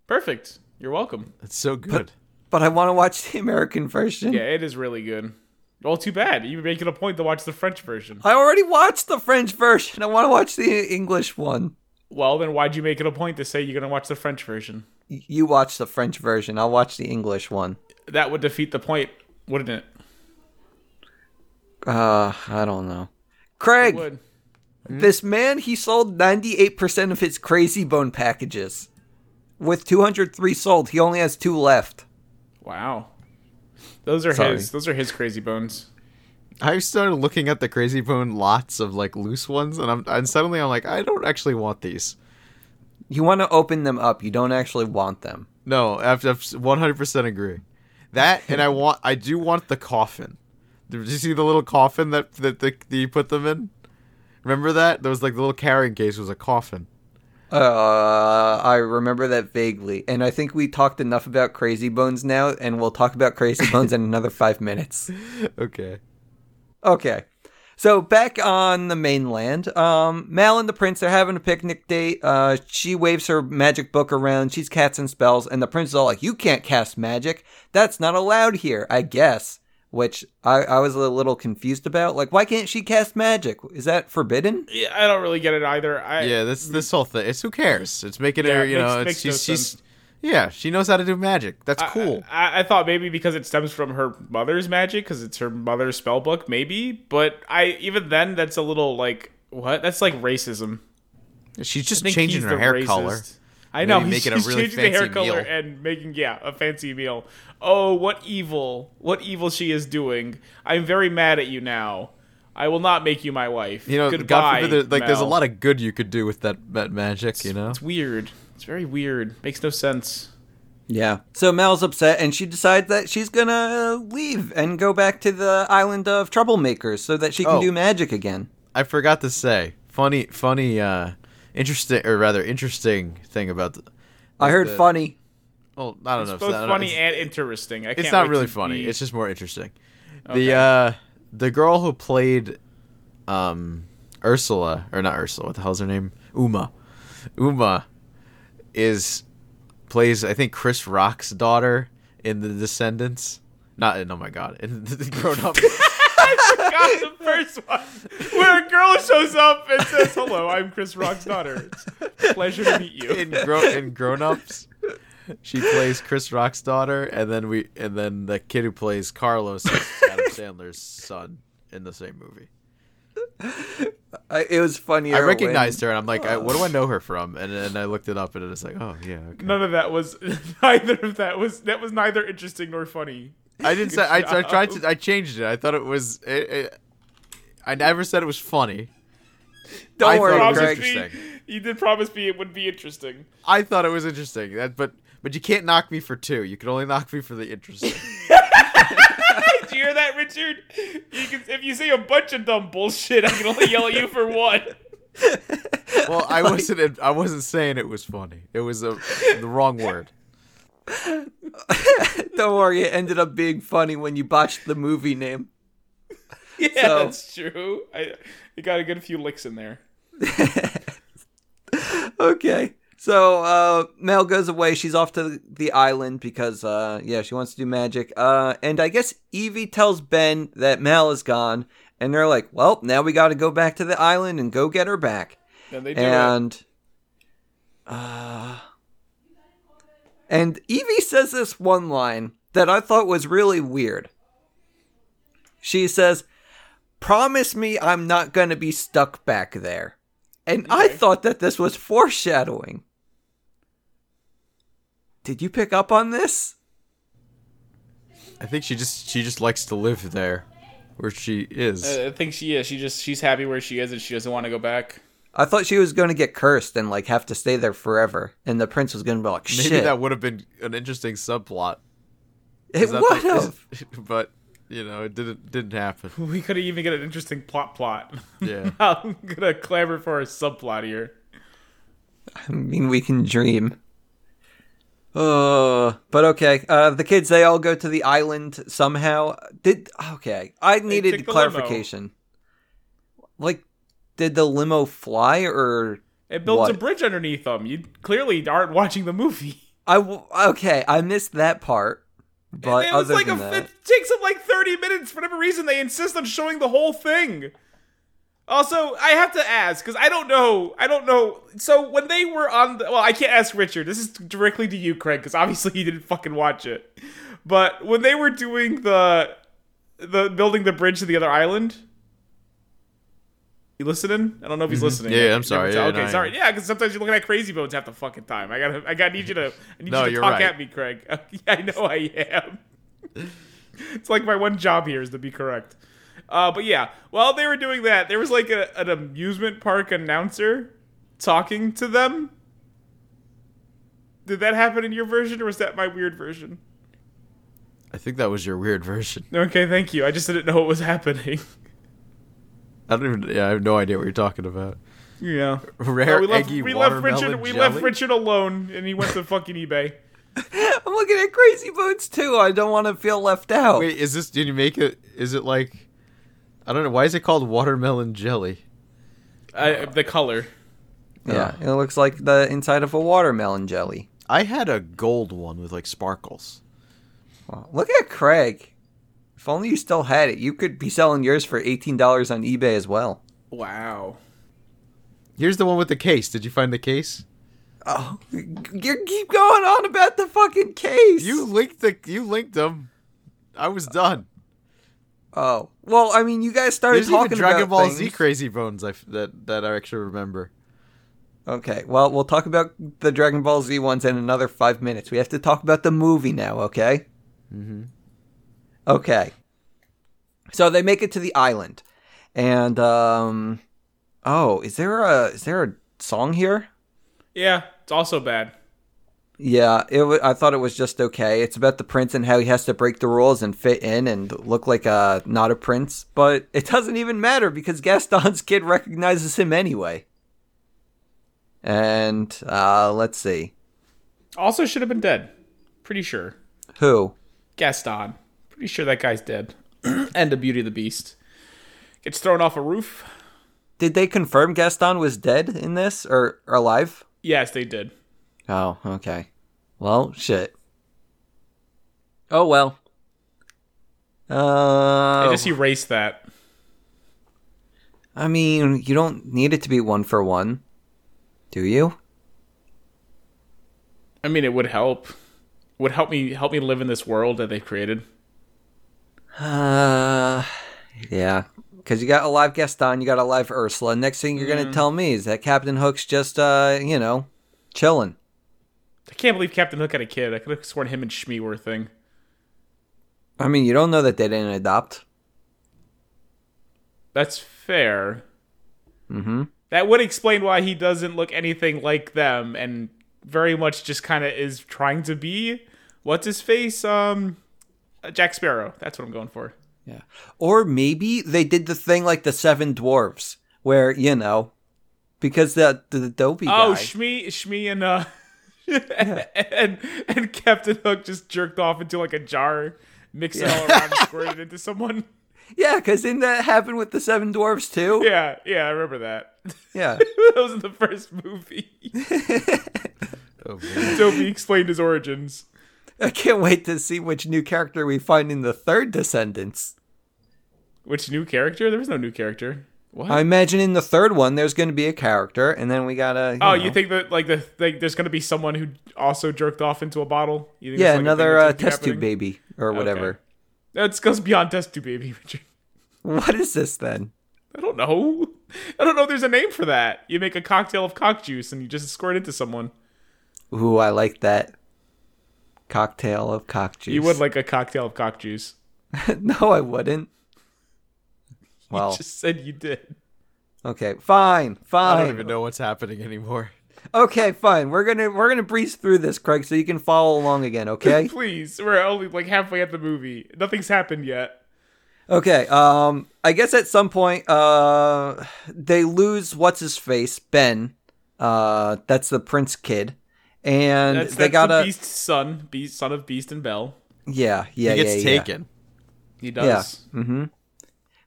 Perfect. You're welcome. It's so good. but I want to watch the American version. Yeah, it is really good. Well, too bad. You were making a point to watch the French version. I already watched the French version. I want to watch the English one. Well, then why'd you make it a point to say you're gonna watch the French version? Y- You watch the French version. I'll watch the English one. That would defeat the point, wouldn't it? Uh, I don't know. Craig, Would. this man, he sold 98% of his Crazy Bone packages. With 203 sold, he only has two left. Wow. Those are Sorry. his. Those are his crazy bones. I started looking at the Crazy Bone lots of like loose ones, and I'm and suddenly I'm like, I don't actually want these. You want to open them up. You don't actually want them. No, I 100 percent agree. That and I want, I do want the coffin. Did you see the little coffin that that, the, that you put them in? Remember that? There was like the little carrying case was a coffin. Uh, I remember that vaguely. And I think we talked enough about Crazy Bones now, and we'll talk about Crazy Bones in another five minutes. Okay. Okay. So back on the mainland, um, Mal and the prince are having a picnic date. Uh, she waves her magic book around. She's casting spells, and the prince is all like, "You can't cast magic. That's not allowed here, I guess." Which I, I was a little confused about. Like, why can't she cast magic? Is that forbidden? Yeah, I don't really get it either. I, Yeah, this this whole thing. It's who cares? It's making Yeah, her, it you makes- know, it's, makes no she's, she's yeah, she knows how to do magic. That's I- cool. I, I thought maybe because it stems from her mother's magic, because it's her mother's spell book, maybe. But I even then, that's a little like what? That's like racism. she's I just think changing he's her the hair racist. color. I know. Maybe he's make it a he's really changing the hair fancy color meal. and making yeah a fancy meal. Oh, what evil! What evil she is doing! I'm very mad at you now. I will not make you my wife. You know, Goodbye, God forbid, there- like there's a Mel. lot of good you could do with that, that magic. You know, It's weird. It's very weird. Makes no sense. Yeah. So Mal's upset, and she decides that she's gonna leave and go back to the island of troublemakers so that she can Oh. do magic again. I forgot to say funny, funny, uh, interesting, or rather interesting thing about. The, I heard the- funny. well, I don't know. if Both I don't know, funny it's- and interesting. I can't it's not wait really to funny. be- It's just more interesting. The uh the girl who played um Ursula or not Ursula, what the hell's her name? Uma. Uma is plays I think Chris Rock's daughter in The Descendants. Not in Oh my god. In the grown up God, the first one where a girl shows up and says, "Hello, I'm Chris Rock's daughter. It's a pleasure to meet you." in grown in grown ups. She plays Chris Rock's daughter and then we and then the kid who plays Carlos is Adam Sandler's son in the same movie. I, it was funnier. I when- recognized her, and I'm like, I, what do I know her from? And and I looked it up, and it's like, oh yeah. Okay. None of that was neither of that was that was neither interesting nor funny. I didn't say. I, I tried to. I changed it. I thought it was. It, it, I never said it was funny. Don't I worry, thought it was Craig. Promise me, interesting. you did promise me it would be interesting. I thought it was interesting. That, but but you can't knock me for two. You can only knock me for the interesting. Did you hear that, Richard? You can, if you say a bunch of dumb bullshit, I can only yell at you for one. well, I wasn't. I wasn't saying it was funny. It was a, the wrong word. Don't worry, it ended up being funny when you botched the movie name. Yeah, So- that's true. I you got a good few licks in there. Okay. So uh, Mel goes away. She's off to the island because, uh, yeah, she wants to do magic. Uh, and I guess Evie tells Ben that Mel is gone. And they're like, well, now we got to go back to the island and go get her back. Then they do it. and uh, and Evie says this one line that I thought was really weird. She says, "Promise me I'm not going to be stuck back there." And I Okay. thought that this was foreshadowing. Did you pick up on this? I think she just she just likes to live there, where she is. I I think she is. She just she's happy where she is, and she doesn't want to go back. I thought she was going to get cursed and like have to stay there forever, and the prince was going to be like, Maybe "Shit, that would have been an interesting subplot. it Is that would the- have." is- but you know, it didn't didn't happen. We could even get an interesting plot plot. Yeah. I'm gonna clamor for a subplot here. I mean, we can dream. Uh, but okay. Uh, the kids they all go to the island somehow. Did okay? I needed took the clarification. Like, did the limo fly or? It builds a What? bridge underneath them. You clearly aren't watching the movie. I w- okay. I missed that part. But it was other like than a, that, it takes them like 30 minutes for whatever reason they insist on showing the whole thing also i have to ask because i don't know i don't know so when they were on the well i can't ask richard this is directly to you craig because obviously he didn't fucking watch it but when they were doing the the building the bridge to the other island you listening? I don't know if he's listening. Mm-hmm. Yeah, I I'm can never sorry. tell. Yeah, Okay, no, sorry. yeah. Yeah, because sometimes you're looking at crazy bones half the fucking time. I gotta, I gotta need you to, I need No, you to you're talk right. at me, Craig. I know I am. It's like my one job here is to be correct. Uh, but yeah, while they were doing that, there was like a, an amusement park announcer talking to them. Did that happen in your version, or was that my weird version? I think that was your weird version. Okay, thank you. I just didn't know what was happening. I don't even. Yeah, I have no idea what you're talking about. Yeah, Rare we left, eggy we left watermelon Richard. We jelly? left Richard alone, and he went to fucking eBay. I'm looking at Crazy Bones too. I don't want to feel left out. Wait, is this? Did you make it? Is it like? I don't know. Why is it called watermelon jelly? Uh, the color. yeah, it looks like the inside of a watermelon jelly. I had a gold one with like sparkles. Wow. Look at Craig. If only you still had it, you could be selling yours for eighteen dollars on eBay as well. Wow. Here's the one with the case. Did you find the case? Oh, you keep going on about the fucking case. You linked the. You linked them. I was done. Oh, well, I mean, you guys started There's talking even Dragon about Ball things. Z Crazy Bones I f that that I actually remember. Okay, well, we'll talk about the Dragon Ball Z ones in another five minutes. We have to talk about the movie now, okay? Mm-hmm. Okay. So they make it to the island, and um, oh, is there a is there a song here? Yeah, it's also bad. Yeah, it. wa I thought it was just okay. It's about the prince and how he has to break the rules and fit in and look like a not a prince, but it doesn't even matter because Gaston's kid recognizes him anyway. And uh, let's see Also, should have been dead. Pretty sure. who. Gaston. Pretty sure that guy's dead. and the Beauty of the Beast. Gets thrown off a roof. Did they confirm Gaston was dead in this or, or alive? Yes, they did. Oh, okay. Well, shit. Oh well. Uh, They Oh. just erased that. I mean, you don't need it to be one for one, do you? I mean, it would help. Would help me help me live in this world that they've created. Uh, yeah. Because you got a live Gaston, you got a live Ursula. Next thing you're Mm. gonna tell me is that Captain Hook's just, uh, you know, chilling. I can't believe Captain Hook had a kid. I could have sworn him and Shmi were a thing. I mean, you don't know that they didn't adopt. That's fair. Mm-hmm. Mm-hmm. That would explain why he doesn't look anything like them, and very much just kind of is trying to be what's his face, um, Jack Sparrow. That's what I'm going for. Yeah. Or maybe they did the thing like the Seven Dwarfs, where you know, because the the, the dopey Oh, guy. Shmi, Shmi, and uh, and and Captain Hook just jerked off into like a jar, mixed it all around, and squirted it into someone. yeah, because didn't that happen with the Seven Dwarfs too? Yeah, yeah, I remember that. Yeah. that was in the first movie. Oh, man. Toby explained his origins. I can't wait to see which new character we find in the third Descendants. Which new character? There was no new character. What? I imagine in the third one there's going to be a character, and then we gotta. Oh, know. you think that like the like there's gonna be someone who also jerked off into a bottle? You think Yeah, that's, like, a another thing uh, that's gonna keep test tube happening? baby or whatever. That goes beyond test tube baby, Richard. What is this then? I don't know. I don't know. if There's a name for that. You make a cocktail of cock juice and you just squirt into someone. Ooh, I like that cocktail of cock juice. You would like a cocktail of cock juice. no, I wouldn't. Well, You just said you did. okay, fine, I don't fine. even know what's happening anymore. Okay, fine. We're gonna we're gonna breeze through this, Craig, so you can follow along again. Okay. Please, we're only like halfway at the movie. Nothing's happened yet. Okay. Um, I guess at some point, uh, they lose what's his face, Ben. Uh, that's the prince kid, and That's, they that's gotta. the Beast's son, Beast, son of Beast and Bell. Yeah, yeah, he gets yeah, yeah. taken. He does.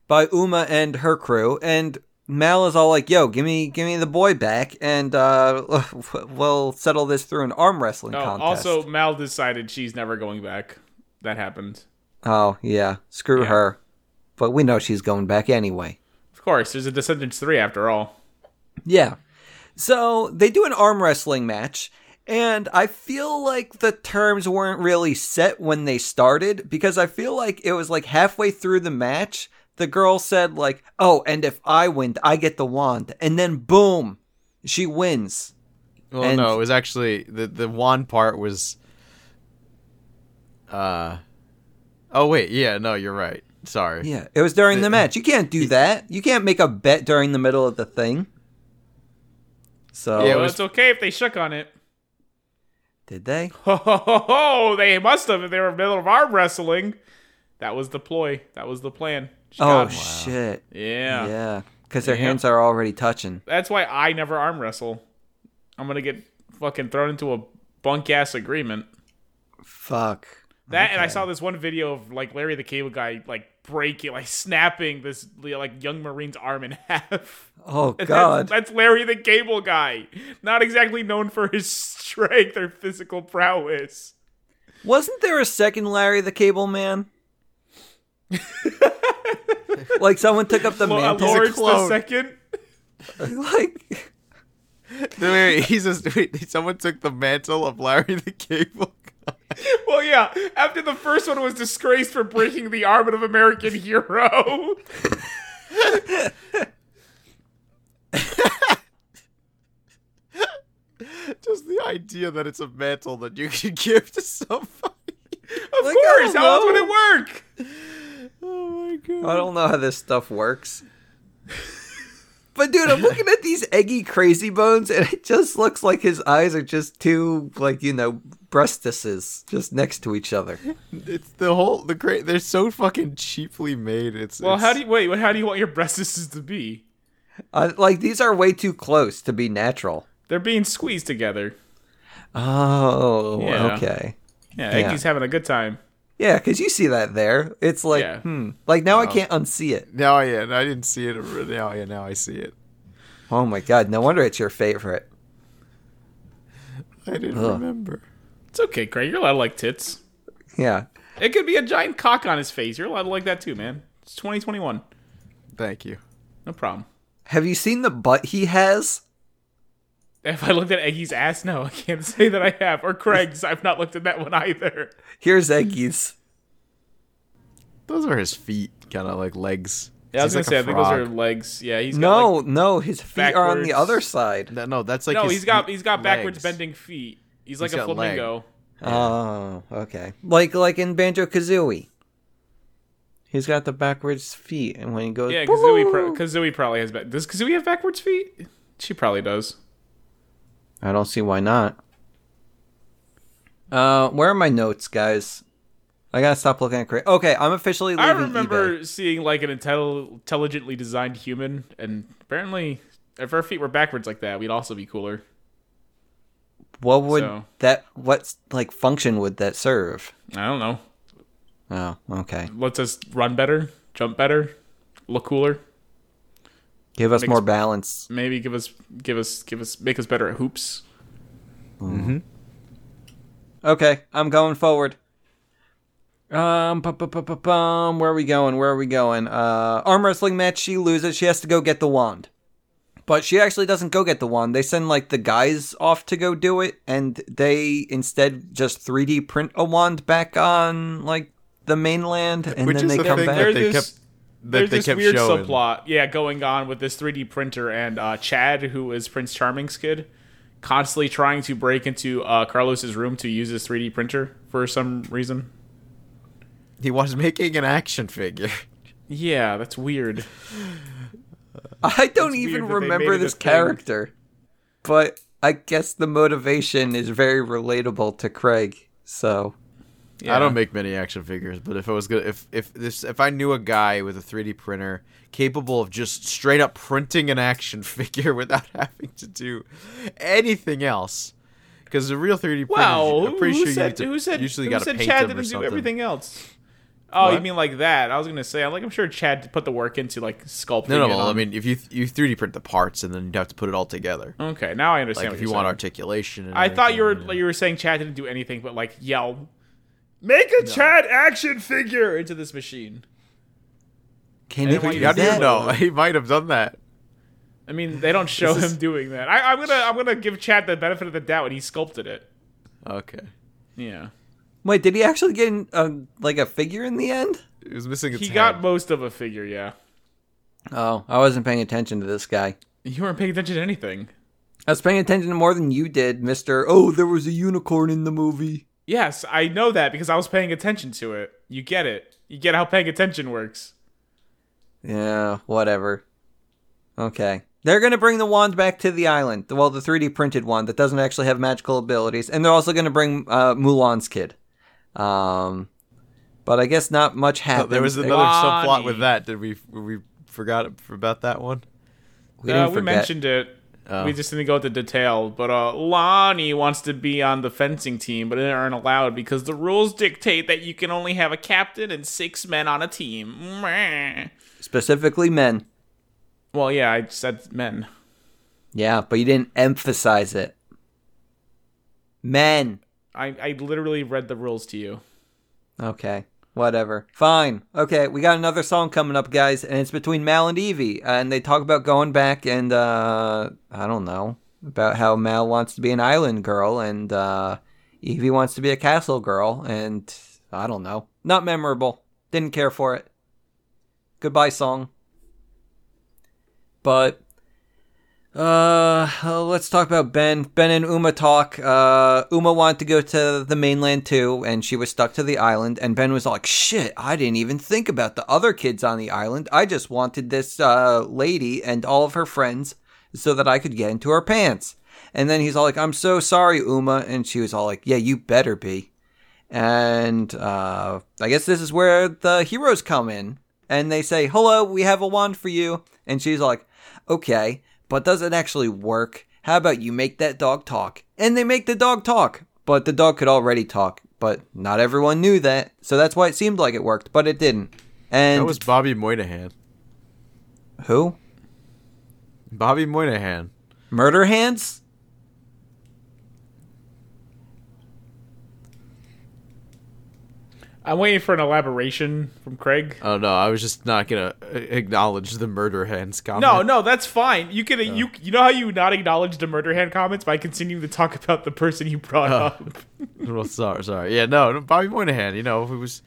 by Uma and her crew, and Mal is all like, "Yo, give me, give me the boy back, and uh, we'll settle this through an arm wrestling Oh, contest." also, Mal decided she's never going back. That happened. oh yeah, screw her. But we know she's going back anyway. Of course, there's a Descendants 3 after all. Yeah. So they do an arm wrestling match, and I feel like the terms weren't really set when they started because I feel like it was like halfway through the match, the girl said, like, oh, and if I win, I get the wand. And then boom, she wins. Well, And- no, it was actually the the wand part was. Uh, oh wait, yeah, no, you're right. Sorry. Yeah, it was during the match. You can't do that. You can't make a bet during the middle of the thing. So, Yeah, it Well, was- it's okay if they shook on it. did they? Ho, ho, ho, ho. They must have if they were in the middle of arm wrestling. That was the ploy. That was the plan. She Oh, got him. shit. yeah. Yeah, because their Yeah. hands are already touching. That's why I never arm wrestle. I'm gonna get fucking thrown into a bunk ass agreement. Fuck. That and I saw this one video of like Larry the Cable Guy like breaking, like snapping this like young Marine's arm in half. Oh, And God. that's, that's Larry the Cable Guy. Not exactly known for his strength or physical prowess. Wasn't there a second Larry the Cable Man? like someone took up the Lo- uh, mantle. Lawrence the clone. Second. like Wait, wait, he's just, wait, someone took the mantle of Larry the Cable. Guy. Well, yeah. After the first one was disgraced for breaking the arm of American hero. Just the idea that it's a mantle that you can give to somebody. Of Like, I course. don't How else would know. it work? Oh my god. I don't know how this stuff works. But dude, I'm looking at these eggy crazy bones, and it just looks like his eyes are just two, like you know, breastises just next to each other. It's the whole the great. They're so fucking cheaply made. It's Well, it's- how do you wait? what- How do you want your breasts to be? I, like these are way too close to be natural. They're being squeezed together. Oh, Yeah. okay. Yeah, Yeah. Eggy's having a good time. Yeah, because you see that there. It's like, Yeah. hmm. Like now I can't unsee it. Now, yeah, I didn't see it. Now, yeah, now I see it. Oh my god, no wonder it's your favorite. I didn't Ugh. remember. It's okay, Craig. You're allowed to like tits. Yeah. It could be a giant cock on his face. You're allowed to like that too, man. It's 2021. Thank you. No problem. Have you seen the butt he has? If I looked at Eggy's ass, no, I can't say that I have. Or Craig's. I've not looked at that one either. Here's Eggies. Those are his feet, kind of like legs. Yeah, I was He's like gonna a say. I think those are frog. legs. Yeah, he's got, No, like- no, his feet are on the backwards. other side. No, no, that's like no, his he's got he's got legs. backwards bending feet. He's like He's a got leg. flamingo. Oh, okay. Like like in Banjo Kazooie. He's got the backwards feet, and when he goes, Yeah, Kazooie, pro- Kazooie probably has. Back- does Kazooie have backwards feet? She probably does. I don't see why not. Uh, where are my notes, guys? I gotta stop looking at cra Okay, I'm officially I leaving. remember eBay. seeing like an intel- intelligently designed human, and apparently, if our feet were backwards like that, we'd also be cooler. What would so- that? What like function would that serve? I don't know. Oh, okay. Lets us run better, jump better, look cooler. Give us Makes- more balance. Maybe give us, give us, give us, make us better at hoops. Okay, I'm going forward. Um, bu- bu- bu- bu- bum. Where are we going? Where are we going? Uh, arm wrestling match. She loses. She has to go get the wand, but she actually doesn't go get the wand. They send like the guys off to go do it, and they instead just 3D print a wand back on like the mainland, and Which then is they the come thing back. that There's they this- kept that There's they this kept weird showing. subplot, yeah, going on with this 3D printer and uh, Chad, who is Prince Charming's kid, constantly trying to break into uh, Carlos's room to use his 3D printer for some reason. He was making an action figure. Yeah, that's weird. I don't weird even that they remember made it this a thing. character, but I guess the motivation is very relatable to Craig. So I don't make many action figures, but if I was gonna, if if this, if I knew a guy with a 3D printer capable of just straight up printing an action figure without having to do anything else, because the real 3D printer, Wow, I'm who- pretty who sure you said, have to- who said, usually who got to said paint Chad them or didn't do something. everything else? Oh, you What? mean like that? I was gonna say, I'm like, I'm sure Chad put the work into like sculpting. No, no, it well, I on- mean, if you you 3D print the parts and then you'd have to put it all together, okay, now I understand. like what if you you're want saying. articulation. And I thought you were everything, you were saying Chad didn't do anything but like yell, make a Chad action figure into this machine. Can I they didn't want do you to How do you that? know? He might have done that. I mean, they don't show him doing that. I, I'm gonna I'm gonna give Chad the benefit of the doubt when he sculpted it. Okay, Yeah, Wait, did he actually get a, like a figure in the end? he was missing. Its he head. got most of a figure. Yeah, Oh, I wasn't paying attention to this guy. you weren't paying attention to anything. I was paying attention to more than you did, Mister. Oh, there was a unicorn in the movie. Yes, I know that because I was paying attention to it. You get it. You get how paying attention works. Yeah, whatever. Okay. They're going to bring the wand back to the island. Well, the 3D printed one that doesn't actually have magical abilities. And they're also going to bring uh, Mulan's kid. Um, but I guess not much Oh, happened. there was another subplot with that. Did we we forgot about that one? We, uh, didn't we forget. mentioned it. Oh. We just didn't go into detail, but uh, Lonnie wants to be on the fencing team, but they aren't allowed because the rules dictate that you can only have a captain and six men on a team. Meh. Specifically men. Well, yeah, I said men. Yeah, but you didn't emphasize it. Men. I, I literally read the rules to you. Okay. Whatever. Fine. Okay, we got another song coming up, guys, and it's between Mal and Evie, and they talk about going back and uh I don't know, about how Mal wants to be an island girl and uh Evie wants to be a castle girl and I don't know. Not memorable. Didn't care for it. Goodbye song. But uh, uh, let's talk about Ben. Ben and Uma talk. Uh, Uma wanted to go to the mainland too, and she was stuck to the island. And Ben was like, "Shit, I didn't even think about the other kids on the island. I just wanted this uh, lady and all of her friends so that I could get into her pants." And then he's all like, "I'm so sorry, Uma," and she was all like, "Yeah, you better be." And uh, I guess this is where the heroes come in and they say, Hello, we have a wand for you. And she's like, Okay, but does it actually work? How about you make that dog talk? And they make the dog talk, but the dog could already talk, but not everyone knew that. So that's why it seemed like it worked, but it didn't. And That was Bobby Moynihan. who? Bobby Moynihan. Murder Hands? I'm waiting for an elaboration from Craig. Oh no, I was just not gonna uh, acknowledge the murder hands comment. No, no, that's fine. You Oh. can you you know how you not acknowledge the murder hand comments by continuing to talk about the person you brought Oh. up. well, sorry, sorry. Yeah, no, no, Bobby Moynihan. You know, he was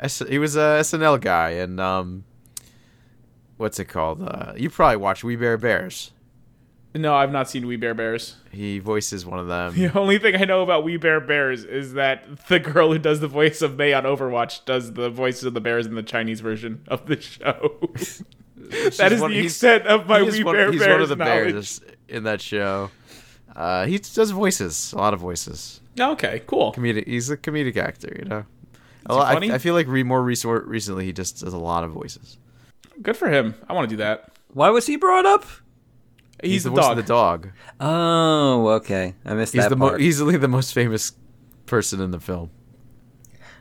S- he was a SNL guy, and um, what's it called? Uh, you probably watch We Bear Bears. No, I've not seen We Bear Bears. He voices one of them. The only thing I know about We Bear Bears is that the girl who does the voice of May on Overwatch does the voices of the bears in the Chinese version of the show. that is one- the he's- extent of my He is We Bear he's Bears one of the knowledge. bears in that show. Uh, he does voices, a lot of voices. Okay, cool. comedic. He's a comedic actor, you know. A he lot- funny? I, I feel like re- more recent, recently he just does a lot of voices. Good for him. I want to do that. Why was he brought up? He's, the, the, voice dog. of the dog. Oh, okay. I missed He's that the part. mo- easily the most famous person in the film.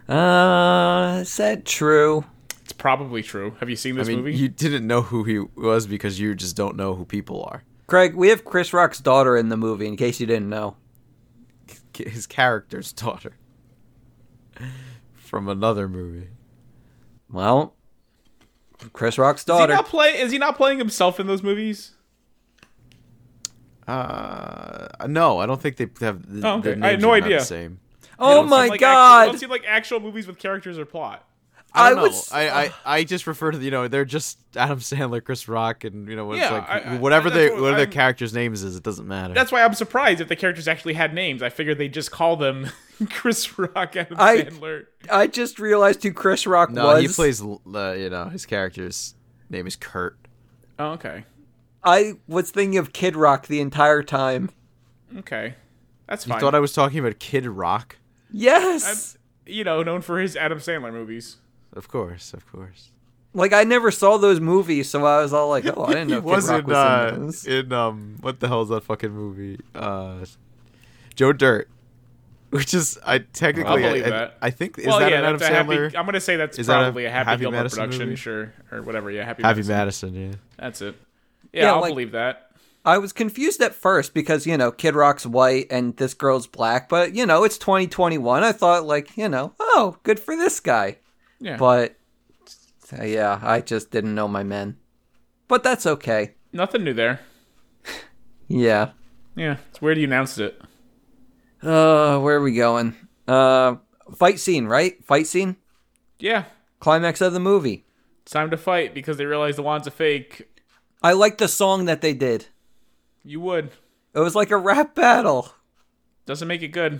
uh, is that true? It's probably true. Have you seen this I mean, movie? you didn't know who he was because you just don't know who people are. Craig, we have Chris Rock's daughter in the movie, in case you didn't know. K- His character's daughter from another movie. Well, Chris Rock's is he daughter. not play? Is he not playing himself in those movies? Uh, no, I don't think they have. The, Oh, okay. their I had names no are not idea. The same. oh my Like, actu- god! don't see like actual movies with characters or plot. I, I don't know. was- I, uh, I I just refer to the- you know they're just Adam Sandler, Chris Rock, and you know it's Yeah, like I- I- whatever that's they what what their I'm- characters' names is, it doesn't matter. That's why I'm surprised if the characters actually had names. I figured they just call them Chris Rock, Adam I- Sandler. I just realized who Chris Rock no, was. he plays uh, you know his character's name is Kurt. Oh, okay. I was thinking of Kid Rock the entire time. Okay. That's You fine. thought I was talking about Kid Rock? Yes. you know, known for his Adam Sandler movies. Of course, of course. Like I never saw those movies, so I was all like, "Oh, I didn't know He Kid was Rock in, was uh, in those." in um what the hell is that fucking movie? Uh Joe Dirt. Which is I technically I'll believe I, I- that. I think is well, that yeah, an Adam that's a happy, Sandler? I'm gonna say that's Is that a probably a, Happy, Happy Gilmore Madison production, movie? sure, or whatever. Yeah, Happy, Happy Madison. Madison, yeah. That's it. Yeah, Yeah, I'll like- believe that. I was confused at first because you know Kid Rock's white and this girl's black, but you know it's 2021. I thought like you know, oh, good for this guy, Yeah, but uh, yeah, I just didn't know my men. But that's okay. nothing new there. Yeah. Yeah, it's weird you announced it. Uh, where are we going? Uh, fight scene, right? Fight scene, Yeah, climax of the movie. it's time to fight because they realize the wand's a fake. I like the song that they did. You would It was like a rap battle. doesn't make it good.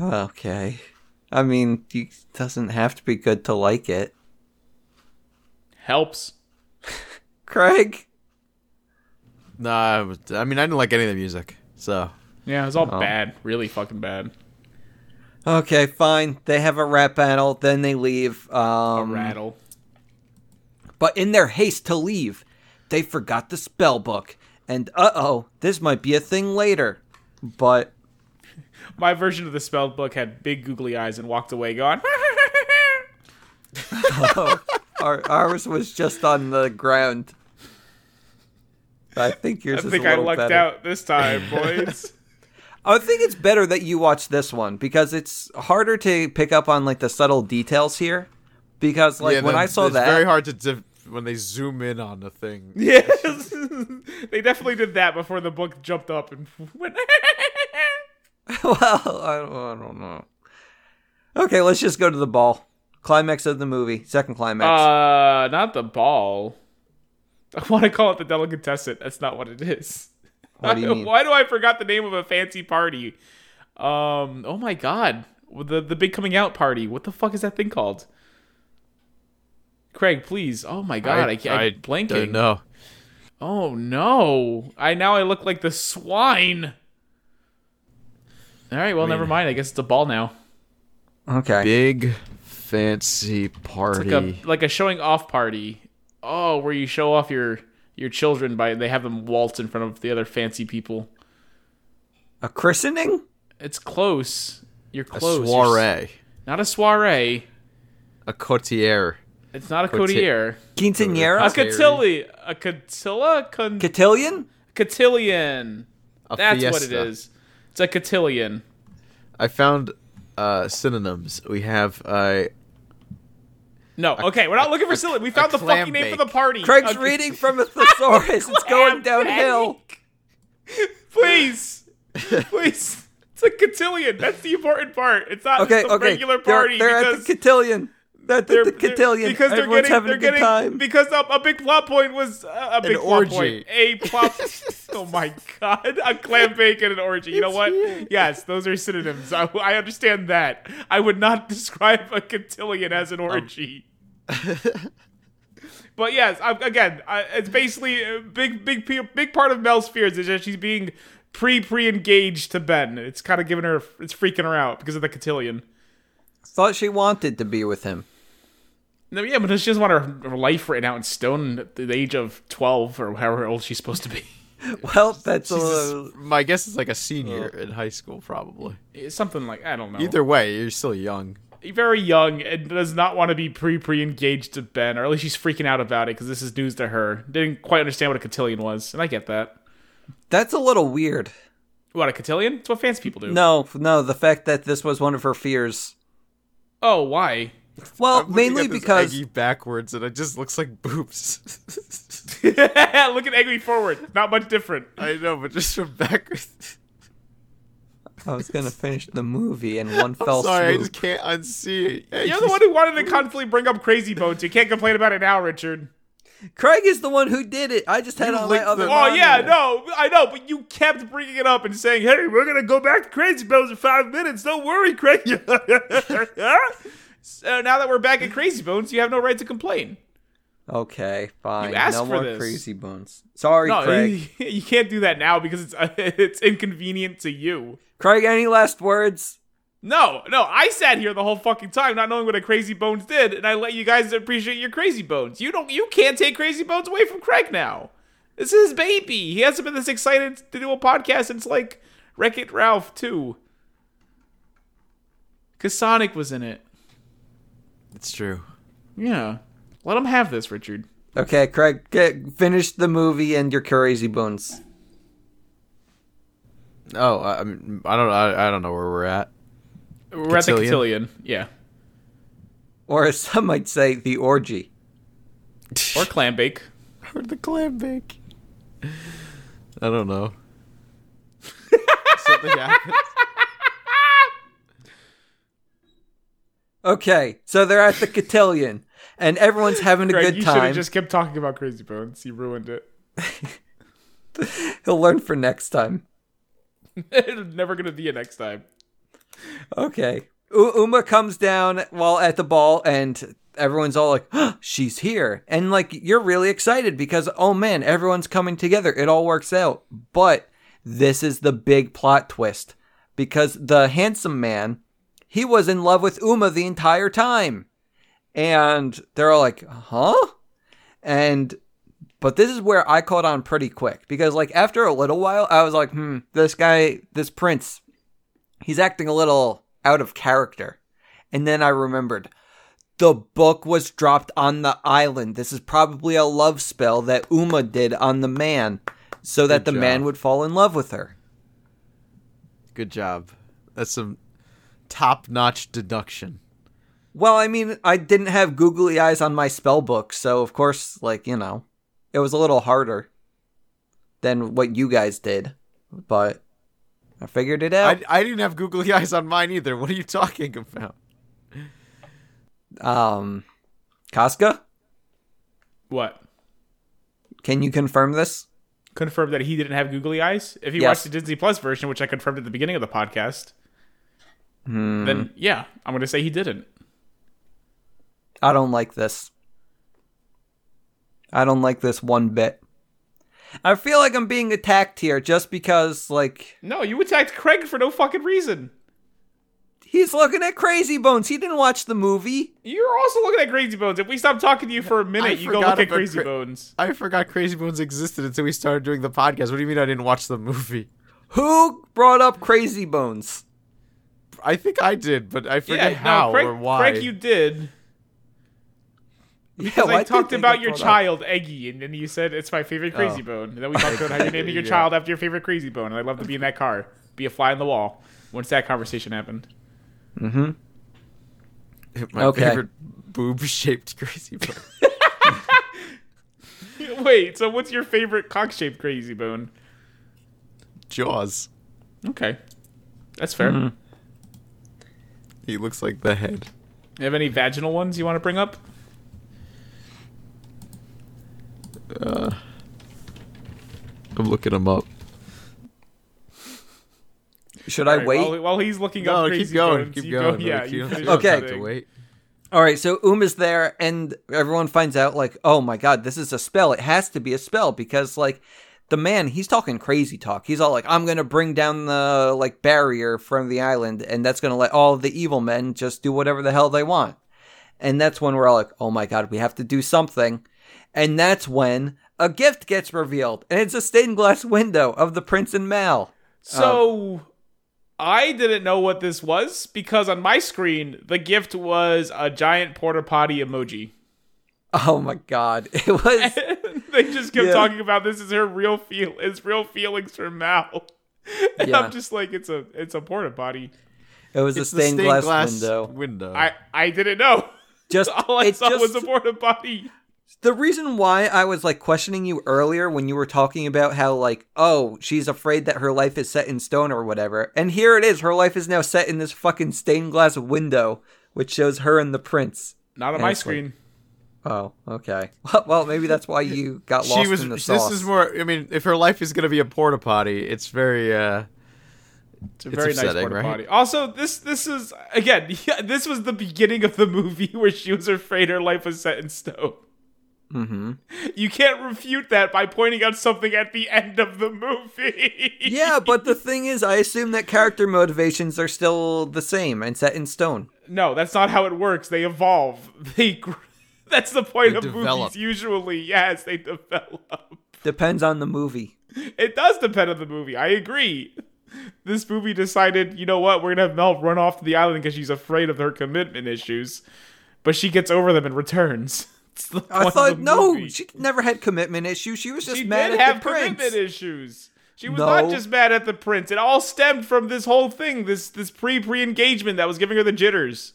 Okay. I mean, you doesn't have to be good to like it. Helps. Craig, Nah, I was- I mean I didn't like any of the music. So Yeah, it's all Oh. bad, really fucking bad. Okay, fine. They have a rap battle, then they leave. A Mm. Um, rattle. But in their haste to leave, they forgot the spell book. And uh oh, this might be a thing later. But My version of the spell book had big googly eyes and walked away, going. oh, our, ours was just on the ground. I think I yours is think a I little lucked better. out this time, boys. I think it's better that you watch this one because it's harder to pick up on like the subtle details here. Because like Yeah, when the- I saw it's that, very hard to diff- when they zoom in on the thing. yes, they definitely did that before the book jumped up and went. well, I don't, I don't know. Okay, let's just go to the ball. Climax of the movie, second climax. Uh, not the ball. I want to call it the delicatessen. That's not what it is. What do you mean? Why do I forgot the name of a fancy party? Um. Oh my god. The the big coming out party. What the fuck is that thing called? Craig, please. Oh my god. I, can't. I'm blanking. don't know. Oh no. I now I look like the swine. All right. Well, never mind. I guess it's a ball now. okay. Big fancy party. It's like a like a showing off party. Oh, where you show off your your children by they have them waltz in front of the other fancy people. A christening? It's close. You're A close. You're s- soiree. not a soiree. A courtier. It's not a Cotilli- cotier. A Quinceanera? Cotilli- cotilli. A cotilla. Con- Cotillion? cotillion. A That's what it fiesta. is. It's a cotillion. I found uh, synonyms. We have uh, No, okay, we're not looking for silly. We found the clam fucking name for bake. the party. Craig's A- reading from a thesaurus. it's going downhill. Please, please. It's a cotillion. That's the important part. It's not Okay, just a okay. regular They're- party they're, because at the cotillion. They're at the, they're- the they're- cotillion. because they're Everyone's getting having they're a good getting time. because a, a big plot point was uh, a big plot orgy. point. A plot. oh my god, a clam bake and an orgy. You know what? Yes, those are synonyms. I, I understand that. I would not describe a cotillion as an orgy. But yes, I, again, I, it's basically a big, big, pe- big part of Mel's fears is that she's being pre, pre engaged to Ben. It's kind of giving her, it's freaking her out because of the cotillion. Thought she wanted to be with him. No, yeah, but she doesn't want her, her life written out in stone at the age of twelve or however old she's supposed to be. Well, that's a Jesus, little- my guess is like a senior in high school, probably. It's something like I don't know. Either way, you're still young. very young and does not want to be pre pre engaged to Ben, or at least she's freaking out about it because this is news to her. Didn't quite understand what a cotillion was, and I get that. that's a little weird. What a cotillion? It's what fancy people do. No, no, the fact that this was one of her fears. Oh, why? Well, I'm looking mainly at this because Eggy backwards, and it just looks like boobs. Look at Eggy forward. Not much different. I know, but just from backwards. I was gonna finish the movie in one fell Sorry, I swoop. just can't unsee it. You're the one who wanted to constantly bring up Crazy Bones. You can't complain about it now, Richard. Craig is the one who did it. I just had You all my licked other. the- Oh on yeah, there. no, I know, but you kept bringing it up and saying, "Hey, we're gonna go back to Crazy Bones in five minutes. Don't worry, Craig." so now that we're back at Crazy Bones, you have no right to complain. Okay, fine. You asked no for more this. crazy bones. Sorry, No, Craig. you, you can't do that now because it's it's inconvenient to you. Craig, any last words? No, no, I sat here the whole fucking time not knowing what a Crazy Bones did, and I let you guys appreciate your Crazy Bones. You don't, you can't take Crazy Bones away from Craig now. This is his baby. He hasn't been this excited to do a podcast since like Wreck It Ralph too. Cause Sonic was in it. It's true. Yeah, let him have this, Richard. Okay, Craig, get, finish the movie and your crazy bones. Oh, I, I mean, I don't, I, I don't know where we're at. We're at the Cotillion. cotillion. Yeah, Or as some might say, the orgy. or clam bake. or the clam bake. I don't know. Something happened. Okay, so they're at the cotillion, and everyone's having a Greg, good you should time. have just kept talking about Crazy Bones. You ruined it. He'll learn for next time. It's Never gonna be a next time. Okay. U- Uma comes down while at the ball, and everyone's all like, "Huh, she's here. And like, you're really excited because, oh man, everyone's coming together. It all works out. But this is the big plot twist because the handsome man, he was in love with Uma the entire time. And they're all like, huh? And But this is where I caught on pretty quick because, like, after a little while, I was like, hmm, this guy, this prince, he's acting a little out of character. And then I remembered the book was dropped on the island. This is probably a love spell that Uma did on the man so that Good the man job. would fall in love with her. Good job. That's some top-notch deduction. Well, I mean, I didn't have googly eyes on my spell book, so of course, like, you know, it was a little harder than what you guys did, but I figured it out. I, I didn't have googly eyes on mine either. What are you talking about? Um, Casca, What? can you confirm this? Confirmed that he didn't have googly eyes. If you Yes. watched the Disney Plus version, which I confirmed at the beginning of the podcast, then yeah, I'm gonna say he didn't. I don't like this. I don't like this one bit. I feel like I'm being attacked here just because, like, No, you attacked Craig for no fucking reason. he's looking at Crazy Bones. He didn't watch the movie. You're also looking at Crazy Bones. If we stop talking to you for a minute, I you go forgot look at about Crazy Cra- Bones. I forgot Crazy Bones existed until we started doing the podcast. What do you mean I didn't watch the movie? Who brought up Crazy Bones? I think I did, but I Yeah, forget how no, Craig, or why. Craig, you did. Yeah, I why talked did they about get your brought up? child, Eggy, and then you said it's my favorite Crazy Bone. And then we talked about how you're naming your Yeah. child after your favorite Crazy Bone, and I'd love to be in that car, be a fly on the wall. Once that conversation happened, My Okay. favorite boob-shaped Crazy Bone. wait. So, what's your favorite cock-shaped Crazy Bone? Jaws. Okay, that's fair. Mm-hmm. He looks like the head. You have any vaginal ones you want to bring up? I'm looking him up. Should I All right, wait? While, while he's looking No, up keep Crazy going. Bones, keep you going. Go, yeah, Like, you don't- finish don't your Okay. have to thing. wait. All right, so Uma's there, and everyone finds out, like, oh my god, this is a spell. It has to be a spell because, like, the man, he's talking crazy talk. He's all like, I'm going to bring down the, like, barrier from the island, and that's going to let all the evil men just do whatever the hell they want. And that's when we're all like, oh my god, we have to do something. And that's when a gift gets revealed, and it's a stained glass window of the Prince and Mal. Uh, So I didn't know what this was because on my screen the gift was a giant porta potty emoji. Oh my god, it was. they just kept Yeah. talking about this is her real feel it's real feelings for Mal. And Yeah. I'm just like it's a it's a porta potty. It was It's a the stained, glass, window. window. I I didn't know. Just All I it saw just, was a porta potty. the reason why I was like questioning you earlier when you were talking about how like oh she's afraid that her life is set in stone or whatever, and here it is, her life is now set in this fucking stained glass window, which shows her and the prince. Not on my Excellent. screen. Oh, okay. Well, well maybe that's why you got lost she was. in the This sauce. is more. I mean, if her life is gonna be a porta potty, it's very. uh It's a very nice upsetting, porta right? potty. Also, this this is again, yeah, this was the beginning of the movie where she was afraid her life was set in stone. Mm-hmm. You can't refute that by pointing out something at the end of the movie. Yeah, but the thing is, I assume that character motivations are still the same and set in stone. No, that's not how it works. They evolve. They. gr- That's the point They of develop. movies. Usually, yes, they develop. Depends on the movie. It does depend on the movie. I agree. This movie decided, you know what, we're gonna have Mel run off to the island because she's afraid of her commitment issues, but she gets over them and returns. It's the point I of thought the no, movie. she never had commitment issues. She was just she mad did at have the prince. commitment issues. She was No. not just mad at the prince. It all stemmed from this whole thing, this this pre pre engagement that was giving her the jitters.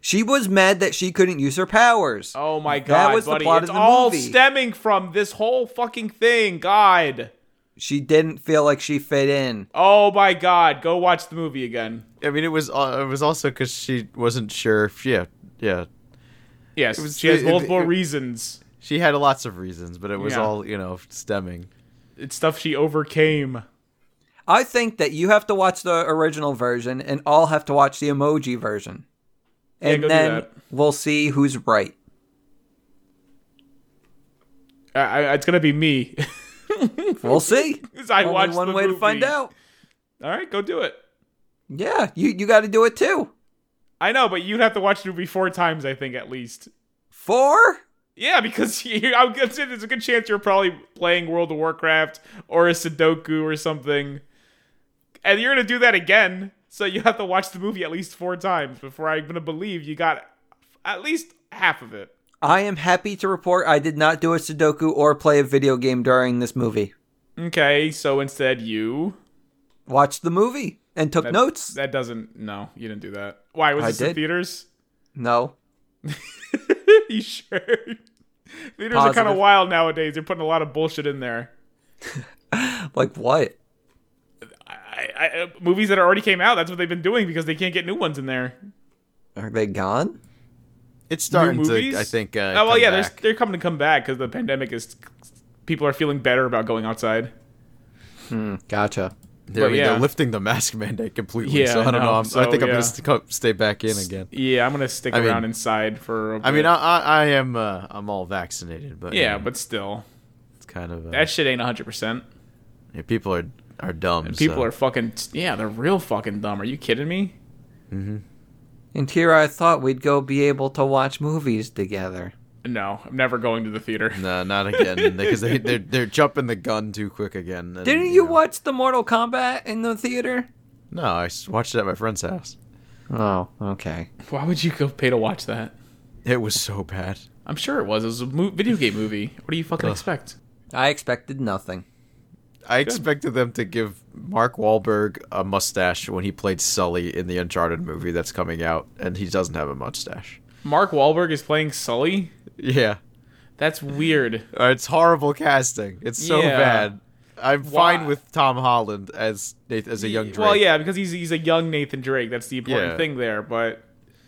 She was mad that she couldn't use her powers. Oh my That god, was the buddy! plot of it's the all movie. stemming from this whole fucking thing. God. She didn't feel like she fit in. Oh my god, go watch the movie again. I mean, it was uh, it was also because she wasn't sure. If, yeah, yeah. Yes, was- she has it- it- multiple it- reasons. She had lots of reasons, but it was Yeah. all you know stemming. it's stuff she overcame. I think that you have to watch the original version and I'll have to watch the emoji version. And go do then that. we'll see who's right. I, I, it's gonna be me. We'll see. 'Cause I Only watched one the way to find movie. out. All right, go do it. Yeah, you, you got to do it too. I know, but you'd have to watch the movie four times, I think, at least. Four? Yeah, because you, I'm gonna say there's a good chance you're probably playing World of Warcraft or a Sudoku or something, and you're gonna do that again. So you have to watch the movie at least four times before I'm gonna believe you got at least half of it. I am happy to report I did not do a Sudoku or play a video game during this movie. Okay, so instead you Watched the movie and took notes. that doesn't no, you didn't do that. Why was I this in did. theaters? no. you sure? Theaters are kind Positive. of wild nowadays. They're putting a lot of bullshit in there. Like what? I, I, uh, movies that already came out, that's what they've been doing because they can't get new ones in there. Are they gone? It's New starting movies? to, I think. Uh, oh, well, come yeah, back. They're, they're coming to come back because the pandemic is. People are feeling better about going outside. Gotcha. They're, But, yeah. they're lifting the mask mandate completely, Yeah, so I don't I know. know. I'm, I So, think I'm yeah. gonna st- co- stay back in again. Yeah, I'm gonna stick I mean- around inside for. A I mean, bit. I, I, I am uh, I'm all vaccinated, but you yeah, know, but still, it's kind of uh, that shit ain't 100. percent yeah, people are are dumb. People so. are fucking. Yeah, they're real fucking dumb. Are you kidding me? And here I thought we'd go be able to watch movies together. No, I'm never going to the theater. no, not again because they they're, they're jumping the gun too quick again. and, Didn't you know. watch the Mortal Kombat in the theater? No, I s- watched it at my friend's house. Oh, okay. Why would you go pay to watch that? It was so bad. I'm sure it was. It was a mo- video game movie. What do you fucking expect? I expected nothing. I expected them to give Mark Wahlberg a mustache when he played Sully in the Uncharted movie that's coming out, and he doesn't have a mustache. Mark Wahlberg is playing Sully. Yeah, That's weird. Uh, it's horrible casting. It's so Yeah. bad. I'm Why- fine with Tom Holland as Nath- as a young Drake. Well, yeah, because he's he's a young Nathan Drake. That's the important Yeah. thing there. But,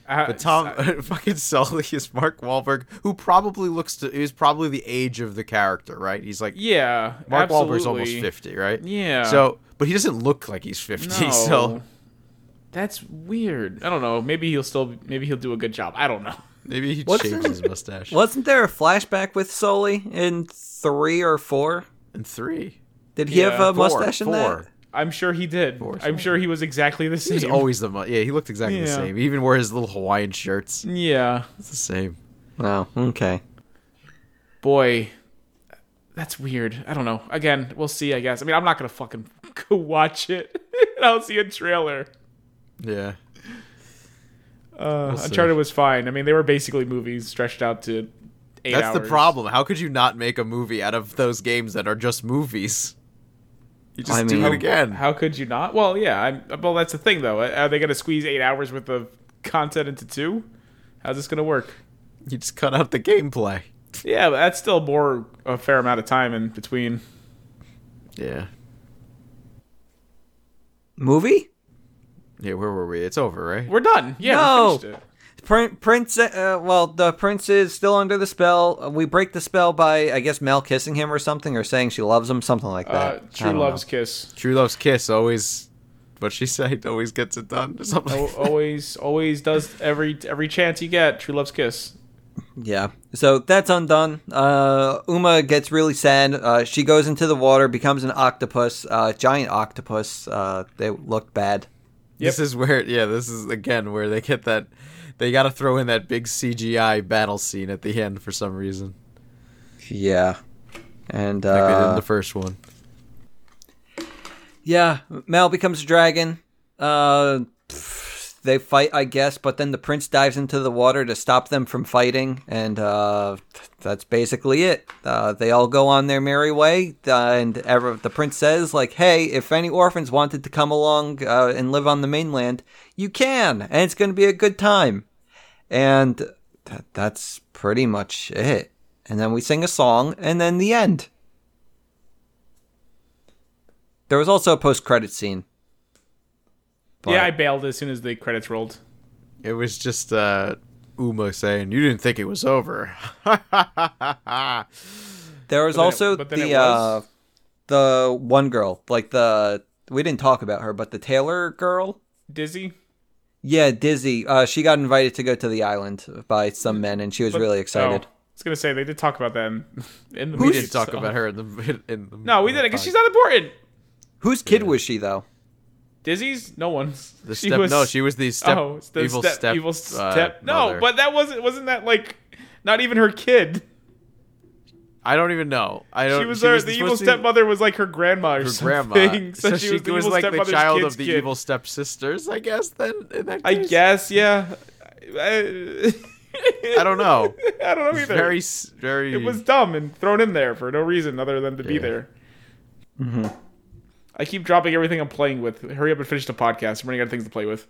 uh, But Tom fucking Sully is Mark Wahlberg, who probably looks to is probably the age of the character, right? He's like yeah, Mark absolutely. Wahlberg's almost fifty, right? Yeah. So, but he doesn't look like he's fifty. No. So that's weird. I don't know. Maybe he'll still maybe he'll do a good job. I don't know. maybe he What's shaves in- his mustache. Wasn't there a flashback with Sully in three or four? And three, Did he have Yeah, a mustache in four. that? I'm sure he did. course. I'm sure he was exactly the He was same. always the mu- yeah. He looked exactly the Yeah. same. He even wore his little Hawaiian shirts. yeah, It's the same. Oh, okay. boy, that's weird. I don't know. Again, we'll see. I guess. I mean, I'm not gonna fucking go watch it. I'll see a trailer. Yeah. Uh, see. Uncharted was fine. I mean, they were basically movies stretched out to eight That's the hours. problem. How could you not make a movie out of those games that are just movies? You just I do mean- it again. How could you not? Well, yeah. I'm, well, that's the thing, though. Uh, Are they going to squeeze eight hours worth of content into two? How's this going to work? You just cut out the gameplay. Yeah, but that's still more a fair amount of time in between. Yeah. Movie? Yeah, where were we? It's over, right? We're done. Yeah, No. we finished it. Prin- Prince, uh, well, the prince is still under the spell. We break the spell by, I guess, Mel kissing him or something, or saying she loves him, something like Uh, that. I True don't Love's know. Kiss. True Love's Kiss always what she said always gets it done or something. Al- always, always does every every chance you get. True Love's Kiss. Yeah. So that's undone. Uh, Uma gets really sad. Uh, she goes into the water, becomes an octopus, uh, giant octopus. Uh, they look bad. This is where, yeah, this is again where they get that. They got to throw in that big CGI battle scene at the end for some reason. Yeah. And Like they did in uh, the first one. yeah, Mal becomes a dragon. Uh, pff, they fight, I guess, but then the prince dives into the water to stop them from fighting, and uh, th- that's basically it. Uh, they all go on their merry way, uh, and ever, the prince says, like, "Hey, if any orphans wanted to come along uh, and live on the mainland, you can, and it's going to be a good time." And that, that's pretty much it. And then we sing a song, and then the end. There was also a post-credit scene. yeah, I bailed as soon as the credits rolled. It was just uh, Uma saying, "You didn't think it was over." There was then it- also but then the it was- uh, the one girl, like the we didn't talk about her, but the Taylor girl. Dizzy. Yeah, Dizzy. Uh, she got invited to go to the island by some men, and she was really excited. Oh, I was gonna say they did talk about them in the we meeting, didn't talk so- about her in the in the. No, we in the didn't because podcast. she's not important. Whose kid was she though? Dizzy's no one's. The step, no, she was the step oh, it's the evil step, step, evil uh, step. no, mother. but that wasn't wasn't that like not even her kid. I don't even know. I don't. She was, her, the supposed evil to be stepmother was like her grandma or Her something. grandma. So, she, was, the evil like the stepmother's child kid's of the kid. evil stepsisters, I guess. Then in that I case? guess, yeah. I, I don't know. I don't know either. It's very, s- very. it was dumb and thrown in there for no reason other than to be Yeah. Mm-hmm. there. I keep dropping everything I'm playing with. Hurry up and finish the podcast. I'm running out of things to play with.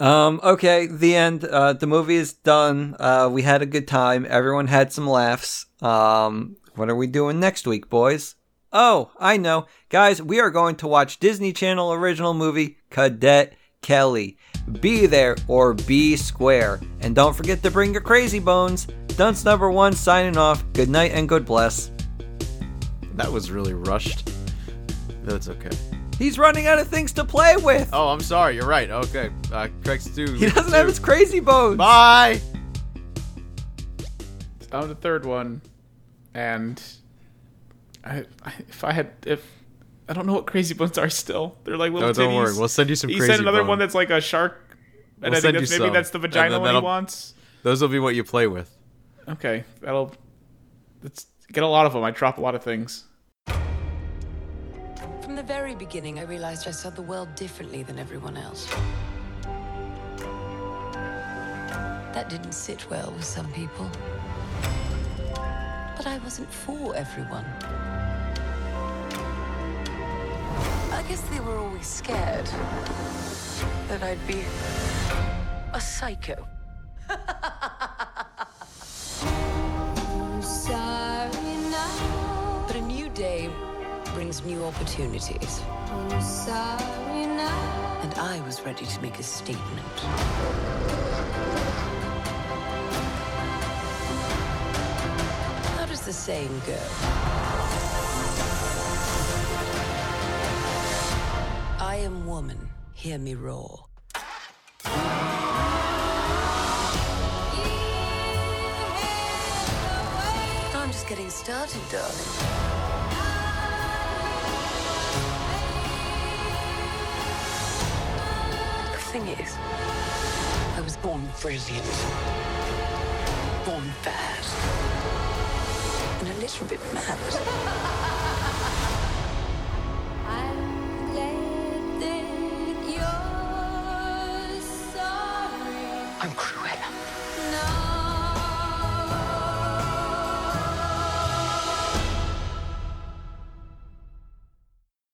Um, okay, the end. Uh, the movie is done. Uh, we had a good time. Everyone had some laughs. Um, what are we doing next week, boys? Oh, I know. Guys, we are going to watch Disney Channel original movie Cadet Kelly. Be there or be square. And don't forget to bring your crazy bones. Dunce number one signing off. Good night and good bless. That was really rushed. That's okay. He's running out of things to play with. Oh, I'm sorry. You're right. Okay. Uh, Craig's two. He doesn't have his crazy bones. Bye. on the third one, and I, I if I had if I don't know what crazy bones are still. They're like little. No, don't titties. worry. We'll send you some He Crazy sent another Bone. one that's like a shark, and We'll I send think that's, you maybe some, that's the and vagina then one he that'll- wants. Those will be what you play with. Okay, that'll. Let's get a lot of them. I drop a lot of things. From the very beginning, I realized I saw the world differently than everyone else. That didn't sit well with some people. But I wasn't for everyone. I guess they were always scared that I'd be a psycho. Sorry now, But a new day brings new opportunities, I'm sorry now. and I was ready to make a statement. How does the saying go? I am woman, hear me roar. I'm just getting started, darling. The thing is, I was born brilliant, born fast, and a little bit mad. I'm glad that you're sorry. I'm cruel.